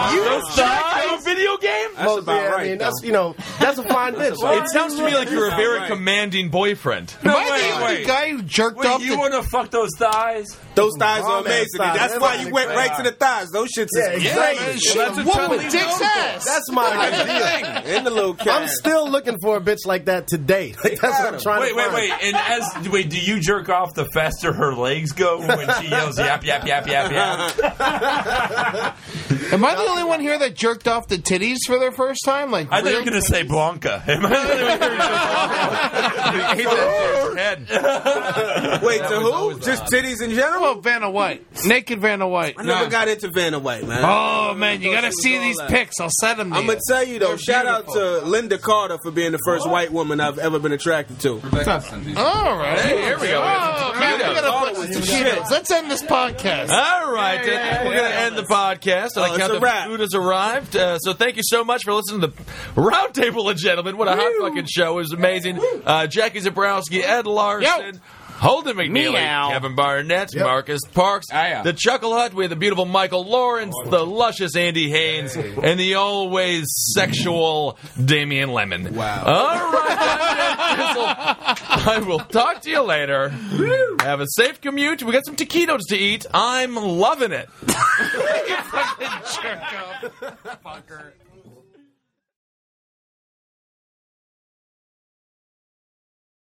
[SPEAKER 2] A video game?
[SPEAKER 9] Most-
[SPEAKER 7] about
[SPEAKER 9] yeah, I
[SPEAKER 7] right,
[SPEAKER 9] mean,
[SPEAKER 7] though.
[SPEAKER 9] that's you know, (laughs) that's a fine bitch.
[SPEAKER 2] It sounds to me like you're a very commanding boyfriend.
[SPEAKER 3] Am
[SPEAKER 10] wait,
[SPEAKER 3] I the only
[SPEAKER 10] wait.
[SPEAKER 3] guy who jerked
[SPEAKER 10] Wait,
[SPEAKER 3] off?
[SPEAKER 10] you
[SPEAKER 3] the-
[SPEAKER 10] want to fuck those thighs?
[SPEAKER 6] Those thighs
[SPEAKER 9] Oh,
[SPEAKER 6] are
[SPEAKER 9] man,
[SPEAKER 6] amazing.
[SPEAKER 9] thighs.
[SPEAKER 6] That's why you went right to the thighs. Those shits is
[SPEAKER 9] Yeah,
[SPEAKER 3] yeah,
[SPEAKER 9] exactly.
[SPEAKER 3] man,
[SPEAKER 9] Well,
[SPEAKER 3] shit.
[SPEAKER 2] that's a
[SPEAKER 3] What
[SPEAKER 2] Chun-Li
[SPEAKER 3] would Dick's
[SPEAKER 2] novel.
[SPEAKER 3] ass?
[SPEAKER 6] (laughs)
[SPEAKER 9] That's my idea.
[SPEAKER 6] in the little cat. (laughs)
[SPEAKER 9] I'm still looking for a bitch like that today. (laughs) Like, that's what I'm trying
[SPEAKER 10] Wait,
[SPEAKER 9] to
[SPEAKER 10] wait,
[SPEAKER 9] find.
[SPEAKER 10] wait. And as wait, do you jerk off the faster her legs go when she yells yap yap yap yap yap?
[SPEAKER 6] (laughs)
[SPEAKER 3] (laughs)
[SPEAKER 9] (laughs)
[SPEAKER 3] Am I the only one here that jerked off the titties for their first time? Like,
[SPEAKER 10] I thought you
[SPEAKER 3] real-
[SPEAKER 10] were gonna say Blanca. (laughs) Am I the only one who jerked off?
[SPEAKER 6] (laughs)
[SPEAKER 10] He ate that head.
[SPEAKER 6] (laughs) Wait, to who? Just titties in
[SPEAKER 3] How
[SPEAKER 6] general?
[SPEAKER 3] about Vanna White? Naked Vanna White.
[SPEAKER 6] I never got into Vanna White, man.
[SPEAKER 3] Oh man, you
[SPEAKER 6] Thought
[SPEAKER 3] gotta
[SPEAKER 6] she
[SPEAKER 3] see
[SPEAKER 6] was all
[SPEAKER 3] these
[SPEAKER 6] that.
[SPEAKER 3] pics. I'll send them to
[SPEAKER 6] I'm
[SPEAKER 3] you.
[SPEAKER 6] gonna tell you though,
[SPEAKER 3] They're
[SPEAKER 6] shout out
[SPEAKER 3] beautiful.
[SPEAKER 6] to Linda Carter for being the first white woman I've ever been attracted to.
[SPEAKER 3] All right, here we go. Oh, man, we gotta put some shit. Let's end this podcast.
[SPEAKER 2] All right, then. we're going to end the podcast. I
[SPEAKER 6] it's
[SPEAKER 2] count
[SPEAKER 6] a
[SPEAKER 2] the
[SPEAKER 6] wrap.
[SPEAKER 2] food has arrived. Uh, so thank you so much for listening to the Roundtable of Gentlemen. What a hot fucking show. It was amazing. Uh, Jackie Zabrowski, Ed Larson. Holden McNeely,
[SPEAKER 8] Meow.
[SPEAKER 2] Kevin Barnett, Marcus Parks,
[SPEAKER 10] Hiya.
[SPEAKER 2] the Chuckle Hut. We had the beautiful Michael Lawrence, the luscious Andy Haynes, and the always sexual Damian Lemon. Wow. All right, that's it, Thistle. I will talk to you later. Have a safe commute. We got some taquitos to
[SPEAKER 3] (laughs)
[SPEAKER 2] eat. I'm loving it.